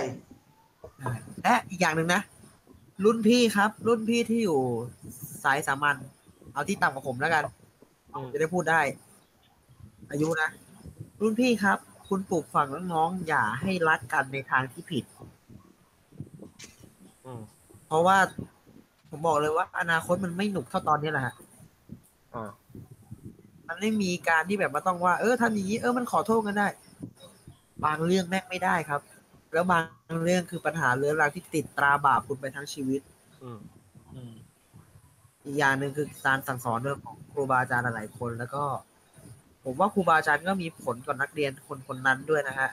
[SPEAKER 4] และอีกอย่างหนึ่งนะ รุ่นพี่ครับ รุ่นพี่ที่อยู่สายสามัญเอาที่ต่ำกว่าผมแล้วกัน
[SPEAKER 2] อืม
[SPEAKER 4] จะได้พูดได้ อายุนะ รุ่นพี่ครับ คุณปลูกฝังน้องๆอย่าให้รักกันในทางที่ผิด
[SPEAKER 2] อืม
[SPEAKER 4] เพราะว่าผมบอกเลยว่า อนาคตมันไม่หนุกเท่าตอนนี้แหละฮะ
[SPEAKER 2] อ่า
[SPEAKER 4] มันไม่มีการที่แบบมาต้องว่า เออทำอย่างนี้ เออมันขอโทษกันได้ บางเรื่องแม่งไม่ได้ครับ แล้วบางเรื่องคือปัญหาเรื้อรังที่ติดตราบาปคุณไปทั้งชีวิต
[SPEAKER 2] อืม
[SPEAKER 4] อีกอย่างหนึ่งคือการสั่งสอนเรื่องของครูบาอาจารย์หลายๆคนแล้วก็ ผมว่าครูบาอาจารย์ก็มีผลกับนักเรียนคนคนๆนั้นด้วยนะฮะ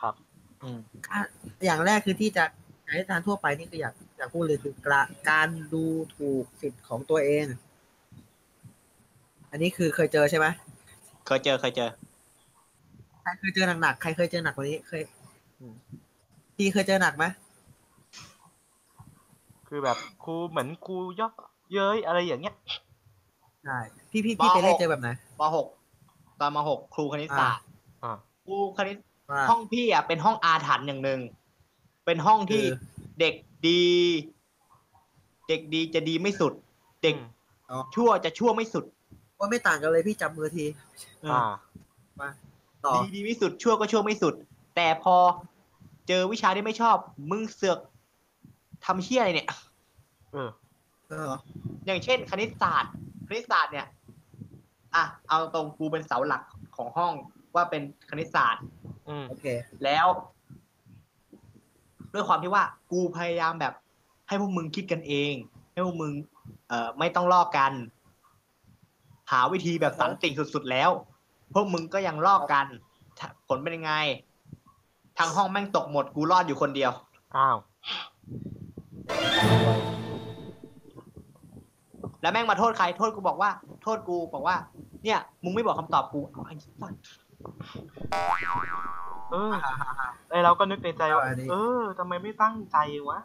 [SPEAKER 2] ครับ
[SPEAKER 5] อืม
[SPEAKER 4] อ่ะอย่างแรกคือที่จะใช้การทั่วไปนี่คืออยากอยากพูดเลยคือกระการดูถูกสิทธิ์ของตัวเอง อันนี้คือเคยเจอใช่ไหม
[SPEAKER 5] เคยเจอเคยเจอ
[SPEAKER 4] ใครเคยเจอหนักๆใครเคยเจอหนักกว่านี้เคย
[SPEAKER 2] อืม
[SPEAKER 4] ทีเคยเจอหนักไหม
[SPEAKER 2] คือแบบครูเหมือนครูเยอกเย้ยอะไรอย่างเงี้ย
[SPEAKER 4] ใช่พี่พี่พี่
[SPEAKER 5] บ้า
[SPEAKER 4] ไปเล่นเจอแบบไหน
[SPEAKER 5] ปหกตอนมหกครูคณิตศาสตร์
[SPEAKER 2] อ่า
[SPEAKER 5] ครูคณิต
[SPEAKER 4] ว่า
[SPEAKER 5] ห้องพี่อ่ะเป็นห้องอาถรรพ์อย่างหนึ่ง เป็นห้องที่
[SPEAKER 4] คือ
[SPEAKER 5] เด็กดี เด็กดีจะดีไม่สุด เด็ก
[SPEAKER 2] อืม
[SPEAKER 5] ชั่วจะชั่วไม่สุด
[SPEAKER 4] ว่าไม่ต่างกันเลยพี่จับมือที
[SPEAKER 2] อ่า
[SPEAKER 4] ต่อ
[SPEAKER 5] ดีดีไม่สุดชั่วก็ชั่วไม่สุด แต่พอเจอวิชาที่ไม่ชอบ มึงเสือกทำเชี่ยอะไรเนี่ย
[SPEAKER 2] เออ
[SPEAKER 4] เออ
[SPEAKER 5] อย่างเช่น คณิตศาสตร์ คณิตศาสตร์เนี่ย อ่ะเอาตรงกูเป็นเสาหลักของห้องว่าเป็นคณิตศาสตร์
[SPEAKER 2] อืม
[SPEAKER 4] โอเค
[SPEAKER 5] แล้ว ด้วยความที่ว่ากูพยายามแบบ ให้พวกมึงคิดกันเอง ให้พวกมึง เอ่อไม่ต้องลอกกัน หาวิธีแบบสันติสุดๆแล้ว พวกมึงก็ยังลอกกันถ้าผลเป็นยังไง ทางห้องแม่งตกหมด กูรอดอยู่คนเดียว
[SPEAKER 2] อ้าว
[SPEAKER 5] แล้วแม่งมาโทษใคร โทษกูบอกว่า โทษกูบอกว่า เนี่ย มึงไม่บอกคำตอบกูเอาไอ้สัส
[SPEAKER 2] เออไอเราก็นึกในใจว่า
[SPEAKER 4] อ่าดี
[SPEAKER 2] เออทำไมไม่ตั้งใจวะ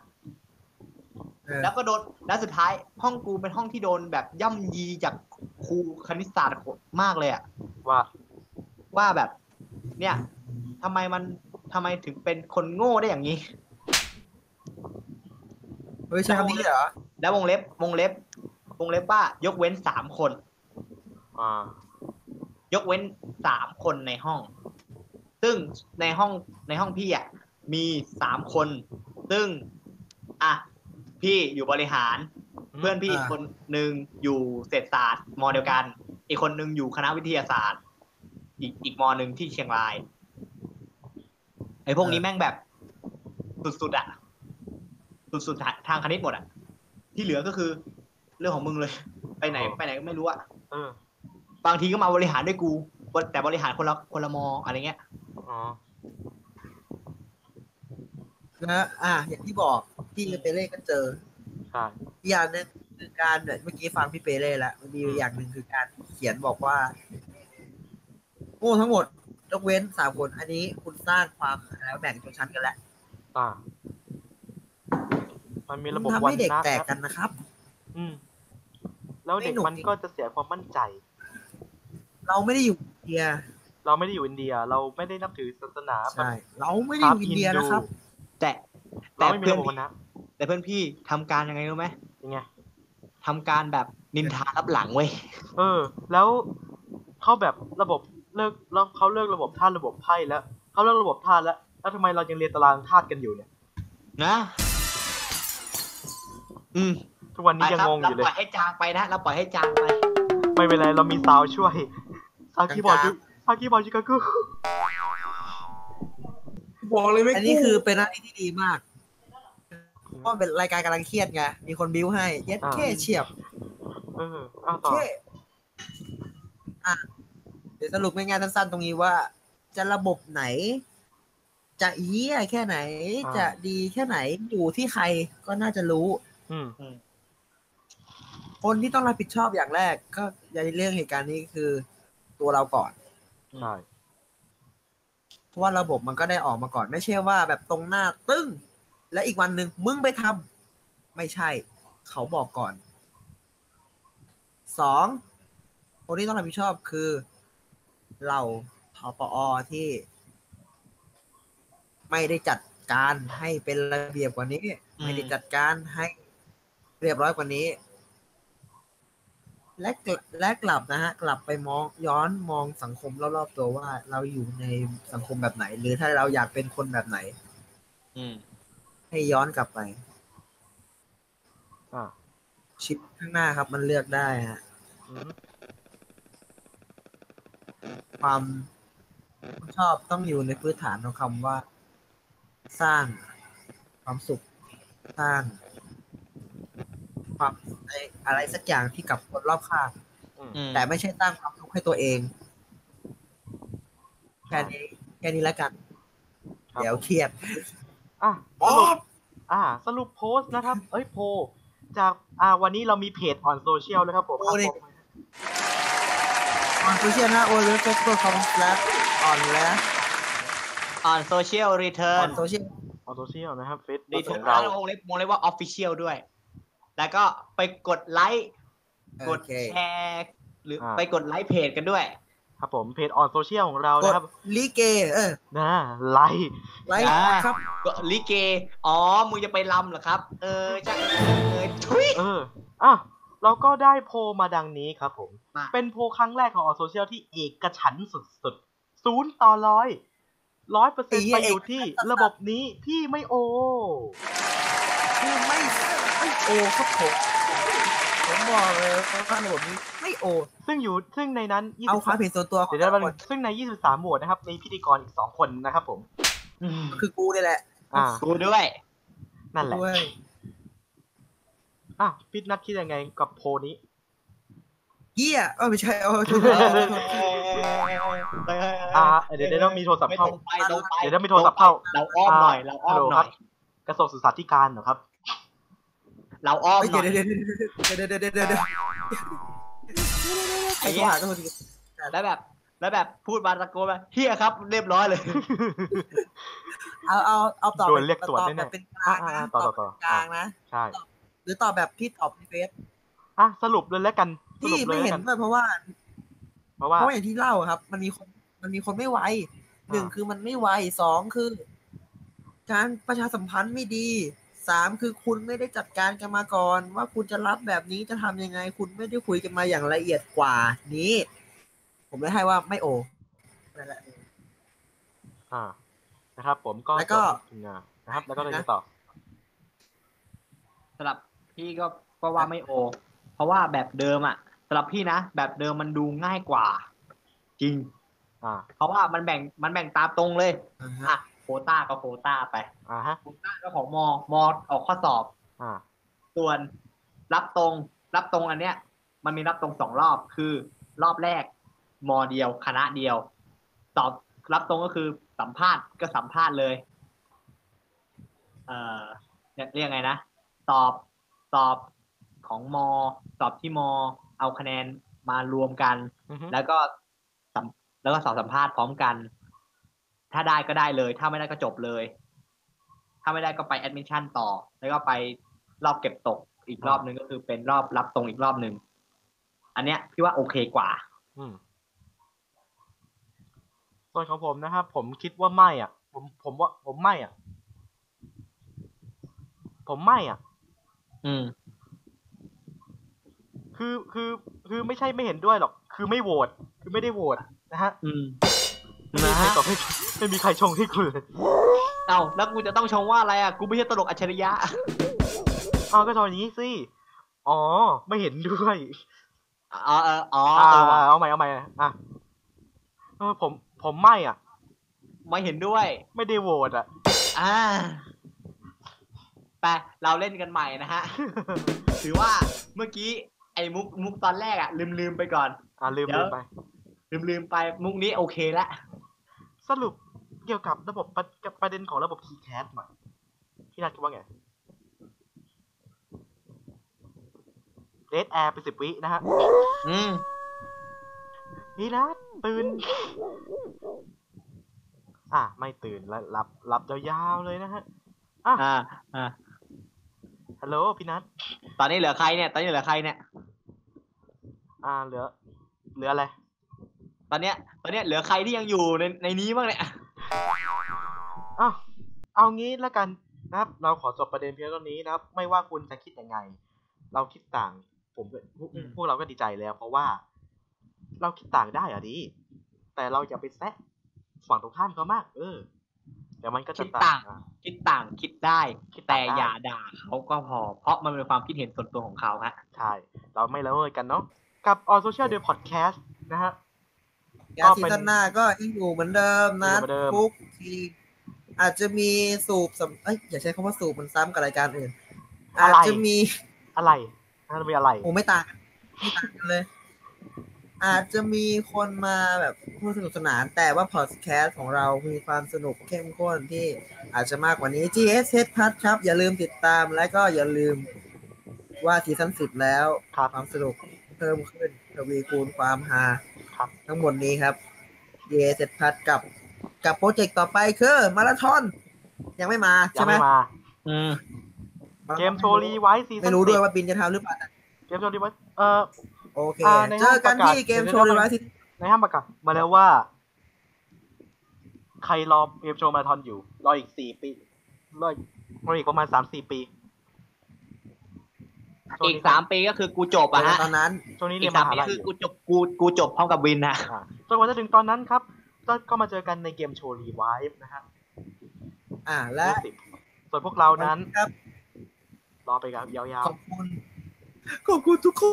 [SPEAKER 4] เออ
[SPEAKER 5] แล้วก็โดน แล้วสุดท้ายห้องกูเป็นห้องที่โดนแบบย่ำยีจากครูคณิตศาสตร์มากเลยอะ
[SPEAKER 2] ว่า
[SPEAKER 5] ว่าแบบ เนี่ยทำไมมันทำไมถึงเป็นคนโง่ได้อย่างนี้
[SPEAKER 6] เฮ้ยใช้คำนี้เลยเหรอ
[SPEAKER 5] แล้ววงเล็บวงเล็บวงเล็บว่ายกเว้นสามคน
[SPEAKER 2] อ่าย
[SPEAKER 5] กเว้นสามคนในห้อง ซึ่งในห้องในห้องพี่อ่ะมีสามคน ซึ่ง อ่ะ พี่อยู่บริหาร เพื่อนพี่
[SPEAKER 6] อ่า
[SPEAKER 5] คนหนึ่งอยู่เศรษฐศาสตร์มอเดียวกัน อีกคนหนึ่งอยู่คณะวิทยาศาสตร์ อีกอีกมอหนึ่งที่เชียงรายไอ้พวกนี้แม่งแบบสุดๆอ่ะ สุดๆทางคณิตหมดอ่ะ ที่เหลือก็คือ เรื่องของมึงเลย ไปไหน ไปไหนก็ไม่รู้อ่ะ
[SPEAKER 2] เออบ
[SPEAKER 5] างทีก็มาบริหารด้วยกูแต่บริหารคนละคนละมออะไรเงี้ย
[SPEAKER 2] อ๋อ
[SPEAKER 4] นะอ่ะอย่างที่บอกพี่กับเปเล่ก็เจอ
[SPEAKER 2] ใช่
[SPEAKER 4] อีกอย่างหนึ่งคือการเนี่ยเมื่อกี้ฟังพี่เปเล่แล้วมันมีอย่างหนึ่งคือการเขียนบอกว่าโง่ทั้งหมดยกเว้นสามคน อันนี้คุณสร้างความแล้วแบ่งชนชั้นกันแล้ว
[SPEAKER 2] อ่า มันมีระบบ
[SPEAKER 4] ทำ
[SPEAKER 2] วั
[SPEAKER 4] ให้
[SPEAKER 2] น
[SPEAKER 4] เด็ก
[SPEAKER 2] นะ
[SPEAKER 4] แตก
[SPEAKER 2] ค
[SPEAKER 4] กั
[SPEAKER 2] รับ
[SPEAKER 4] นนะครับ
[SPEAKER 2] อืม แล้วเด็กมันก็จะเสียความมั่นใจ
[SPEAKER 4] เราไม่ได้อยู่อินเดีย
[SPEAKER 2] เราไม่ได้อยู่อินเดีย เราไม่ได้นับถือศาสนา
[SPEAKER 4] ใช่เราไม่ได้อยู่อินเดียนะครับ
[SPEAKER 5] แต่
[SPEAKER 2] เรา
[SPEAKER 5] แต่
[SPEAKER 2] ไม่มี
[SPEAKER 5] เพื่อ
[SPEAKER 2] ระ
[SPEAKER 5] น
[SPEAKER 2] บบ
[SPEAKER 5] พี่
[SPEAKER 2] วันนะ
[SPEAKER 5] แต่เพื่อนพี่ทำการยังไงรู้ไหม
[SPEAKER 2] ยังไง
[SPEAKER 5] ทำการแบบนินทารับหลังเว้ย
[SPEAKER 2] เออ แล้วเขาแบบระบบเลิกแล้วเขาเลิกระบบธาตุระบบไพ่แล้วเขาเลิกระบบธาตุแล้ว แล้วทำไมเรายังเรียนตารางธาตุกันอยู่เนี่ย
[SPEAKER 5] นะอืม
[SPEAKER 2] ทุกวัน
[SPEAKER 5] ไป
[SPEAKER 2] นี้ยัง
[SPEAKER 5] ครับ
[SPEAKER 2] งงอ
[SPEAKER 5] เรา
[SPEAKER 2] ยู่เล
[SPEAKER 5] ป
[SPEAKER 2] ย
[SPEAKER 5] ล่อยให้จางไปนะเราปล่อยให้จางไป
[SPEAKER 2] ไม่เป็นไร เรามีซาวช่วยซาวคีย์บอร์ด
[SPEAKER 4] ก
[SPEAKER 2] ยู
[SPEAKER 4] ลาง
[SPEAKER 2] ซาวคีย์บอร์ดยูกากู
[SPEAKER 3] บอกเลยไม่
[SPEAKER 4] อัน
[SPEAKER 3] กู้
[SPEAKER 4] นี้คือเป็นอะไรที่ดีมากเพราะเป็นรายการกำลังเครียดไงมีคนบิ้วให้ เย็ดเค่เฉียบ
[SPEAKER 2] เออเอาต่อ
[SPEAKER 4] เค่อ่ะเดี๋ยวสรุปง่ายๆสั้นๆตรงนี้ว่า จะระบบไหน จะเยี่ยแค่ไหน
[SPEAKER 2] อ่า
[SPEAKER 4] จะดีแค่ไหนอยู่ที่ใครก็น่าจะรู้
[SPEAKER 2] อืม
[SPEAKER 4] คนที่ต้องรับผิดชอบอย่างแรก ก็ในเรื่องเหตุการณ์นี้คือตัวเราก่อน
[SPEAKER 2] ใช่
[SPEAKER 4] เพราะว่าระบบมันก็ได้ออกมาก่อน ไม่ใช่ว่าแบบตรงหน้าตึ้ง และอีกวันหนึ่งมึงไปทำไม่ใช่ เขาบอกก่อนสองคนที่ต้องรับผิดชอบคือ เราทปอที่ ไม่ได้จัดการให้เป็นระเบียบกว่านี้
[SPEAKER 5] อืม
[SPEAKER 4] ไม่ได้จัดการให้เรียบร้อยกว่านี้ และกลับและกลับนะฮะ กลับไปมองย้อนมองสังคมรอบๆตัวว่าเราอยู่ในสังคมแบบไหน หรือถ้าเราอยากเป็นคนแบบไหน
[SPEAKER 5] อืม
[SPEAKER 4] ให้ย้อนกลับไป
[SPEAKER 2] อ่า
[SPEAKER 4] ชิปข้างหน้าครับ มันเลือกได้ฮะ
[SPEAKER 2] อืม
[SPEAKER 4] ความชอบต้องอยู่ในพื้นฐานของคำว่า สร้างความสุขสร้าง ความอะไรอะไรสักอย่างที่กับคนรอบข้าง
[SPEAKER 5] อืม
[SPEAKER 4] แต่ไม่ใช่สร้างความทุกข์ให้ตัวเองแค่นี้แค่นี้แล้วกัน
[SPEAKER 2] ครับ
[SPEAKER 4] เดี๋ยว
[SPEAKER 2] ผม
[SPEAKER 4] เครียด
[SPEAKER 2] อ่ะสรุป อ่า สรุปโพสต์นะครับ เอ้ยโพลจากอ่าวันนี้เรามีเพจออนโซเชียลแล้วครับผม
[SPEAKER 4] โอ้นี่ ออนโซเชียลนะโอเลฟเฟสบุ๊กคอมแล้วออนแล้ว
[SPEAKER 5] อ่อนโซเชียลรีเทิ
[SPEAKER 4] อ
[SPEAKER 5] ร์
[SPEAKER 4] อน นโซเชียล
[SPEAKER 2] ออนโซเชียลนะครับเฟซ
[SPEAKER 5] รี
[SPEAKER 2] บุ๊กข
[SPEAKER 5] เทิ
[SPEAKER 2] อ
[SPEAKER 5] ร์
[SPEAKER 2] น ง
[SPEAKER 5] แล้
[SPEAKER 2] เรา
[SPEAKER 5] ววงเล็บวงเล็บว่าออฟฟิเชียลด้วย แล้วก็ไปกดไลค์ก
[SPEAKER 4] โอ
[SPEAKER 5] ด
[SPEAKER 4] เค
[SPEAKER 5] แชร์หรืออา ไปกดไลค์เพจกันด้วย
[SPEAKER 2] ครับผมเพจออนโซเชียลของเรา
[SPEAKER 4] กด
[SPEAKER 2] นะครับ
[SPEAKER 4] ลิเก เออ
[SPEAKER 2] นะไลค์
[SPEAKER 4] ไลค์
[SPEAKER 5] อ่า
[SPEAKER 4] ครับ
[SPEAKER 5] ก็ลิเก อ๋อ มึงจะไปลำเหรอครับ เออจ้าเออทุย
[SPEAKER 2] เออ อ่ะ เราก็ได้โพลมาดังนี้ครับผม
[SPEAKER 5] มา
[SPEAKER 2] เป็นโพลครั้งแรกของออนโซเชียลที่เอกฉันท์สุดๆศูนย์ต่อร้อยร้อยเปอร์เซ็นต์ไปอยู่ที่ระบบนี้พี่ไม่โอ
[SPEAKER 4] คือไม่ไม่โอครับผม ผมบอกเลยว่าระบบนี้ไม่โอ
[SPEAKER 2] ซึ่งอยู่ซึ่งในนั้นยี่
[SPEAKER 4] เอา
[SPEAKER 2] สิบ
[SPEAKER 4] ความเห็นส่วนตัวของ
[SPEAKER 2] เดี๋ยวได้บ้าง
[SPEAKER 4] ทุกคน
[SPEAKER 2] ซึ่งใน 23โหวตนะครับมีพิธีกรอีก 2 คนนะครับผม
[SPEAKER 4] คือกูนี่แหละ
[SPEAKER 2] อ่า
[SPEAKER 5] กูด้วย
[SPEAKER 2] นั่นแหละ
[SPEAKER 4] ด้วย
[SPEAKER 2] อ่ะพี่นัทคิดยังไงกับโพลนี้
[SPEAKER 4] เหี้ยเออไม่ใช่เออถูก
[SPEAKER 5] เอ
[SPEAKER 4] แล้
[SPEAKER 5] อ
[SPEAKER 4] ว
[SPEAKER 5] เออเออเออ
[SPEAKER 2] อ่า เดี๋ยวเดี๋ยวต้องมีโทรศัพท์
[SPEAKER 5] ไม่ต
[SPEAKER 2] เข้า
[SPEAKER 5] รงไปตรงไป
[SPEAKER 2] เดี๋ยวต้องมีโทรศัพท์เข้า
[SPEAKER 5] เราอ้อมหน่อย เราอ้อมหน่อย
[SPEAKER 2] กระทรวงศึกษาธิการเหรอครับ
[SPEAKER 5] เราอ้อม
[SPEAKER 4] เฮ้ย
[SPEAKER 5] หน่อย
[SPEAKER 4] เดี๋ยวเดี๋ยวเดี๋ยวเดี๋ยวเดี๋ยวเดี๋ยวเดี๋ยว
[SPEAKER 5] ไอ้
[SPEAKER 4] ไอ้
[SPEAKER 5] เหี้
[SPEAKER 4] ตั
[SPEAKER 5] ย
[SPEAKER 4] วหาตัวที
[SPEAKER 5] แล้วแบบ แล้วแบบพูดมาตะโกนแบบเฮียครับ เรียบร้อยเลย
[SPEAKER 4] เอาเอาเอาตอบ
[SPEAKER 2] โดนเรียกตรวจ
[SPEAKER 4] ตอบ
[SPEAKER 2] แน่ๆ
[SPEAKER 4] แบบเป็นกลาง
[SPEAKER 2] อ่า
[SPEAKER 4] นะ
[SPEAKER 2] ๆต่อต่อต่อ
[SPEAKER 4] แบบกลางนะ
[SPEAKER 2] ใช่
[SPEAKER 4] หรือตอบแบบที่ตอบในเฟซ
[SPEAKER 2] อ่ะสรุปเลยแล้วกันส
[SPEAKER 4] ที่
[SPEAKER 2] รุปเล
[SPEAKER 4] ไม่
[SPEAKER 2] ยแล้
[SPEAKER 4] เห็
[SPEAKER 2] วน กัน
[SPEAKER 4] ด้วยเพราะว่า
[SPEAKER 2] เพราะ
[SPEAKER 4] เพ
[SPEAKER 2] ว่า
[SPEAKER 4] ราะว่าอย่างที่เล่าอะครับ มันมีคนมันมีคนไม่ไวหนึ่ง
[SPEAKER 2] อ่า
[SPEAKER 4] คือมันไม่ไวสองคือ การประชาสัมพันธ์ไม่ดี สามคือคุณไม่ได้จัดการกันมาก่อน ว่าคุณจะรับแบบนี้จะทำยังไง คุณไม่ได้คุยกันมาอย่างละเอียดกว่านี้ ผมเลยให้ว่าไม่โอนั่นแหละ
[SPEAKER 2] อ่านะครับ ผมก็
[SPEAKER 4] แล้วก็
[SPEAKER 2] จบนะครับ แล้วก็เลยต่อ
[SPEAKER 5] สำหรับพี่ก็ก็ว่าไม่โอ เพราะว่าแบบเดิมอ่ะสำหรับพี่นะแบบเดิมมันดูง่ายกว่า จริง
[SPEAKER 2] อ่า
[SPEAKER 5] เพราะว่ามันแบ่งมันแบ่งตามตรงเลย
[SPEAKER 4] อ่าฮะ
[SPEAKER 5] อ่ะโควต้าก็โควต้าไป
[SPEAKER 2] อ่าฮะ
[SPEAKER 5] โควต้าก็ของมอมอออกข้อสอบ
[SPEAKER 2] อ่า
[SPEAKER 5] ส่วนรับตรงรับตรงอันเนี้ย มันมีรับตรงสองรอบคือ รอบแรก มอเดียวคณะเดียว ตอบรับตรงก็คือสัมภาษณ์ก็สัมภาษณ์เลย เอ่อเรียกไงนะตอบตอบของมอสอบที่มอ เอาคะแนนมารวมกัน
[SPEAKER 2] อือฮึ
[SPEAKER 5] แล้วก็สัมแล้วก็สอบสัมภาษณ์พร้อมกัน ถ้าได้ก็ได้เลย ถ้าไม่ได้ก็จบเลย ถ้าไม่ได้ก็ไปแอดมิชชั่นต่อ แล้วก็ไปรอบเก็บตกอีกรอบหนึ่งก็คือเป็นรอบรับตรงอีกรอบหนึ่ง อันเนี้ยพี่ว่าโอเคกว่า
[SPEAKER 2] อืมส่วนของผมนะครับ ผมคิดว่าไม่อ่ะ ผมผมว่า ผมไม่อ่ะ ผมไม่อ่ะ
[SPEAKER 5] อืม
[SPEAKER 2] คือคือคือไม่ใช่ไม่เห็นด้วยหรอก คือไม่โหวตคือไม่ได้โหวตนะฮะ
[SPEAKER 5] อืม
[SPEAKER 2] ไม่มีใครตอบ ให้ไม่มีใครชงให้กูเลย
[SPEAKER 5] เอาแล้วกูจะต้องชงว่าอะไรอ่ะ กูไม่ใช่ตลกอัจฉริยะ
[SPEAKER 2] เอาก็ตอนนี้สิอ๋อ ไม่เห็นด้วย
[SPEAKER 5] อ๋อเอออ๋อ
[SPEAKER 2] อ่า
[SPEAKER 5] เออว่ะ
[SPEAKER 2] เอาใหม่เอาใหม่อ่ะเออผมผมไม่อ่ะ
[SPEAKER 5] ไม่เห็นด้วย
[SPEAKER 2] ไม่ได้โหวตอ่ะ
[SPEAKER 5] อ่าไปเราเล่นกันใหม่นะฮ ะ ถือว่าเมื่อกี้ไอ้มุกมุกตอนแรกอ่ะ ลืมลืมไปก่อน
[SPEAKER 2] อ่าลืม
[SPEAKER 5] เดี๋
[SPEAKER 2] ลื
[SPEAKER 5] ยว
[SPEAKER 2] มไป
[SPEAKER 5] ลืมลืมไปมุกนี้โอเคละ
[SPEAKER 2] สรุปเกี่ยวกับระบบประกับประเด็นของระบบคีย์แคสหน่อยพี่นัทคิดว่าไงเดทแอร์ไปสิบวินะฮะ
[SPEAKER 5] อืม
[SPEAKER 2] พี่นัทตื่น อ่ะ ไม่ตื่นแล้วหลับหลับยาวๆเลยนะฮะ
[SPEAKER 5] อ่า อ่า
[SPEAKER 2] ฮัลโหลพี่นัท
[SPEAKER 5] ตอนนี้เหลือใครเนี่ย ตอนนี้เหลือใครเนี่ย
[SPEAKER 2] อ่าเหลือ เหลืออะไร
[SPEAKER 5] ตอนเนี้ย ตอนเนี้ยเหลือใครที่ยังอยู่ในในนี้บ้างเนี่ย
[SPEAKER 2] อ้าวเอางี้แล้วกันนะครับ เราขอจบประเด็นเพียงเท่านี้นะครับ ไม่ว่าคุณจะคิดยังไง เราคิดต่าง ผมก็พวก
[SPEAKER 5] อืม
[SPEAKER 2] พวกเราก็ดีใจแล้ว เพราะว่า เราคิดต่างได้อะดี แต่เราอย่าไปแซะฝั่งตรงข้ามเขามาก เออเดี๋ยวมันก็จะ
[SPEAKER 5] คิดต่าง
[SPEAKER 2] อ่ะ
[SPEAKER 5] คิดต่างคิดได้
[SPEAKER 2] คิดต่า
[SPEAKER 5] แต่
[SPEAKER 2] งได้
[SPEAKER 5] อย่าด่าเขาก็พอ เพราะมันเป็นความคิดเห็นส่วนตัวของเขาฮะ
[SPEAKER 2] ใช่ เราไม่ละเมิดกันเนาะ กับออนโซเชียลเดอะพอดแคสต์นะฮะ
[SPEAKER 4] งาน
[SPEAKER 2] ก็
[SPEAKER 4] ซี
[SPEAKER 2] เป็น
[SPEAKER 4] ซั่นหน้าก็ยังอยู่เหมือนเดิมนะ
[SPEAKER 2] อยู่เหมือนเดิม
[SPEAKER 4] ทุกทีอาจจะมีสูบสำเอ้ยอย่าใช้คำว่าสูบมันซ้ำกับรายการอื่น อาจจะมี
[SPEAKER 2] อะไรนะมีอะไร
[SPEAKER 4] โอ้ไม่ต่างไม่ต่างกันเลย อาจจะมีคนมาแบบพูดสนุกสนาน แต่ว่าพอดแคสต์ของเรามีความสนุกเข้มข้นที่อาจจะมากกว่านี้ GSS p a s ครับ อย่าลืมติดตามและก็อย่าลืมว่าซีซั่นสิบแล้ว
[SPEAKER 2] ครับ
[SPEAKER 4] ความสนุกเพิ่มขึ้นทวีคูณความฮา
[SPEAKER 2] ครับ
[SPEAKER 4] ทั้งหมดนี้ครับ GSS p a s กับกับโปรเจกต์ต่อไปคือมาราธอนยังไม่มา
[SPEAKER 2] ยั
[SPEAKER 4] ใช่
[SPEAKER 2] ง
[SPEAKER 4] ไหม
[SPEAKER 2] ไม่มา
[SPEAKER 5] อืม
[SPEAKER 2] เกมโชว์รีไว้ซี
[SPEAKER 4] ไม่
[SPEAKER 2] ซั่น
[SPEAKER 4] รู้
[SPEAKER 2] สิ
[SPEAKER 4] ด้วย
[SPEAKER 2] บ
[SPEAKER 4] ว่าบินจะทำหรือเปล่านะ
[SPEAKER 2] เกมโชว์รีไว้เออ
[SPEAKER 4] โอเค
[SPEAKER 2] อ่าใน
[SPEAKER 4] เจอกันที่เกมโชว์รีไวซ์
[SPEAKER 2] ในห้างประกาศมาแล้วว่า ใครรอเกมโชว์มาราธอนอยู่ รออีกสี่ปี รออีกรออีกประมาณสามสี่ปีช่วง
[SPEAKER 5] อีก
[SPEAKER 2] นี้
[SPEAKER 5] สามปีก็คือกูจบอะฮะ
[SPEAKER 4] ตอนนั้น
[SPEAKER 2] ช่วงนี้
[SPEAKER 5] อี
[SPEAKER 2] เรีย
[SPEAKER 5] ก
[SPEAKER 2] นม
[SPEAKER 5] สาม
[SPEAKER 2] หา
[SPEAKER 5] ปี
[SPEAKER 2] ลัย
[SPEAKER 5] คือ
[SPEAKER 2] อ
[SPEAKER 5] กู
[SPEAKER 2] ยู่
[SPEAKER 5] จบกูกูจบพร้อมกับวินนะ
[SPEAKER 2] อ่าจนกว่าจะถึงตอนนั้นครับก็ก็มาเจอกันในเกมโชว์รีไวฟ์นะฮะ
[SPEAKER 4] อ่า และ
[SPEAKER 2] ยี่สิบส่วนพวกเรานั้น
[SPEAKER 4] ครับ
[SPEAKER 2] รอไปครับยาว
[SPEAKER 4] ขอบคุณ ขอบคุณทุกค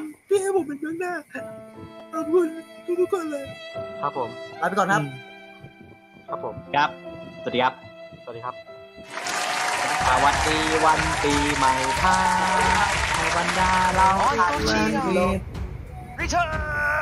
[SPEAKER 4] นที่ให้ผมเป็นเบื้องหน้า ขอบคุณทุกๆคนเลย
[SPEAKER 2] ๆ ครับผม
[SPEAKER 4] ลาไปก่อนครับ
[SPEAKER 2] ครับผม
[SPEAKER 5] ครับ สวัสดีครับ
[SPEAKER 2] สวัสดีครับ
[SPEAKER 5] สวัสดีวันปีใหม่ครับในบรรดาเรา
[SPEAKER 3] On social return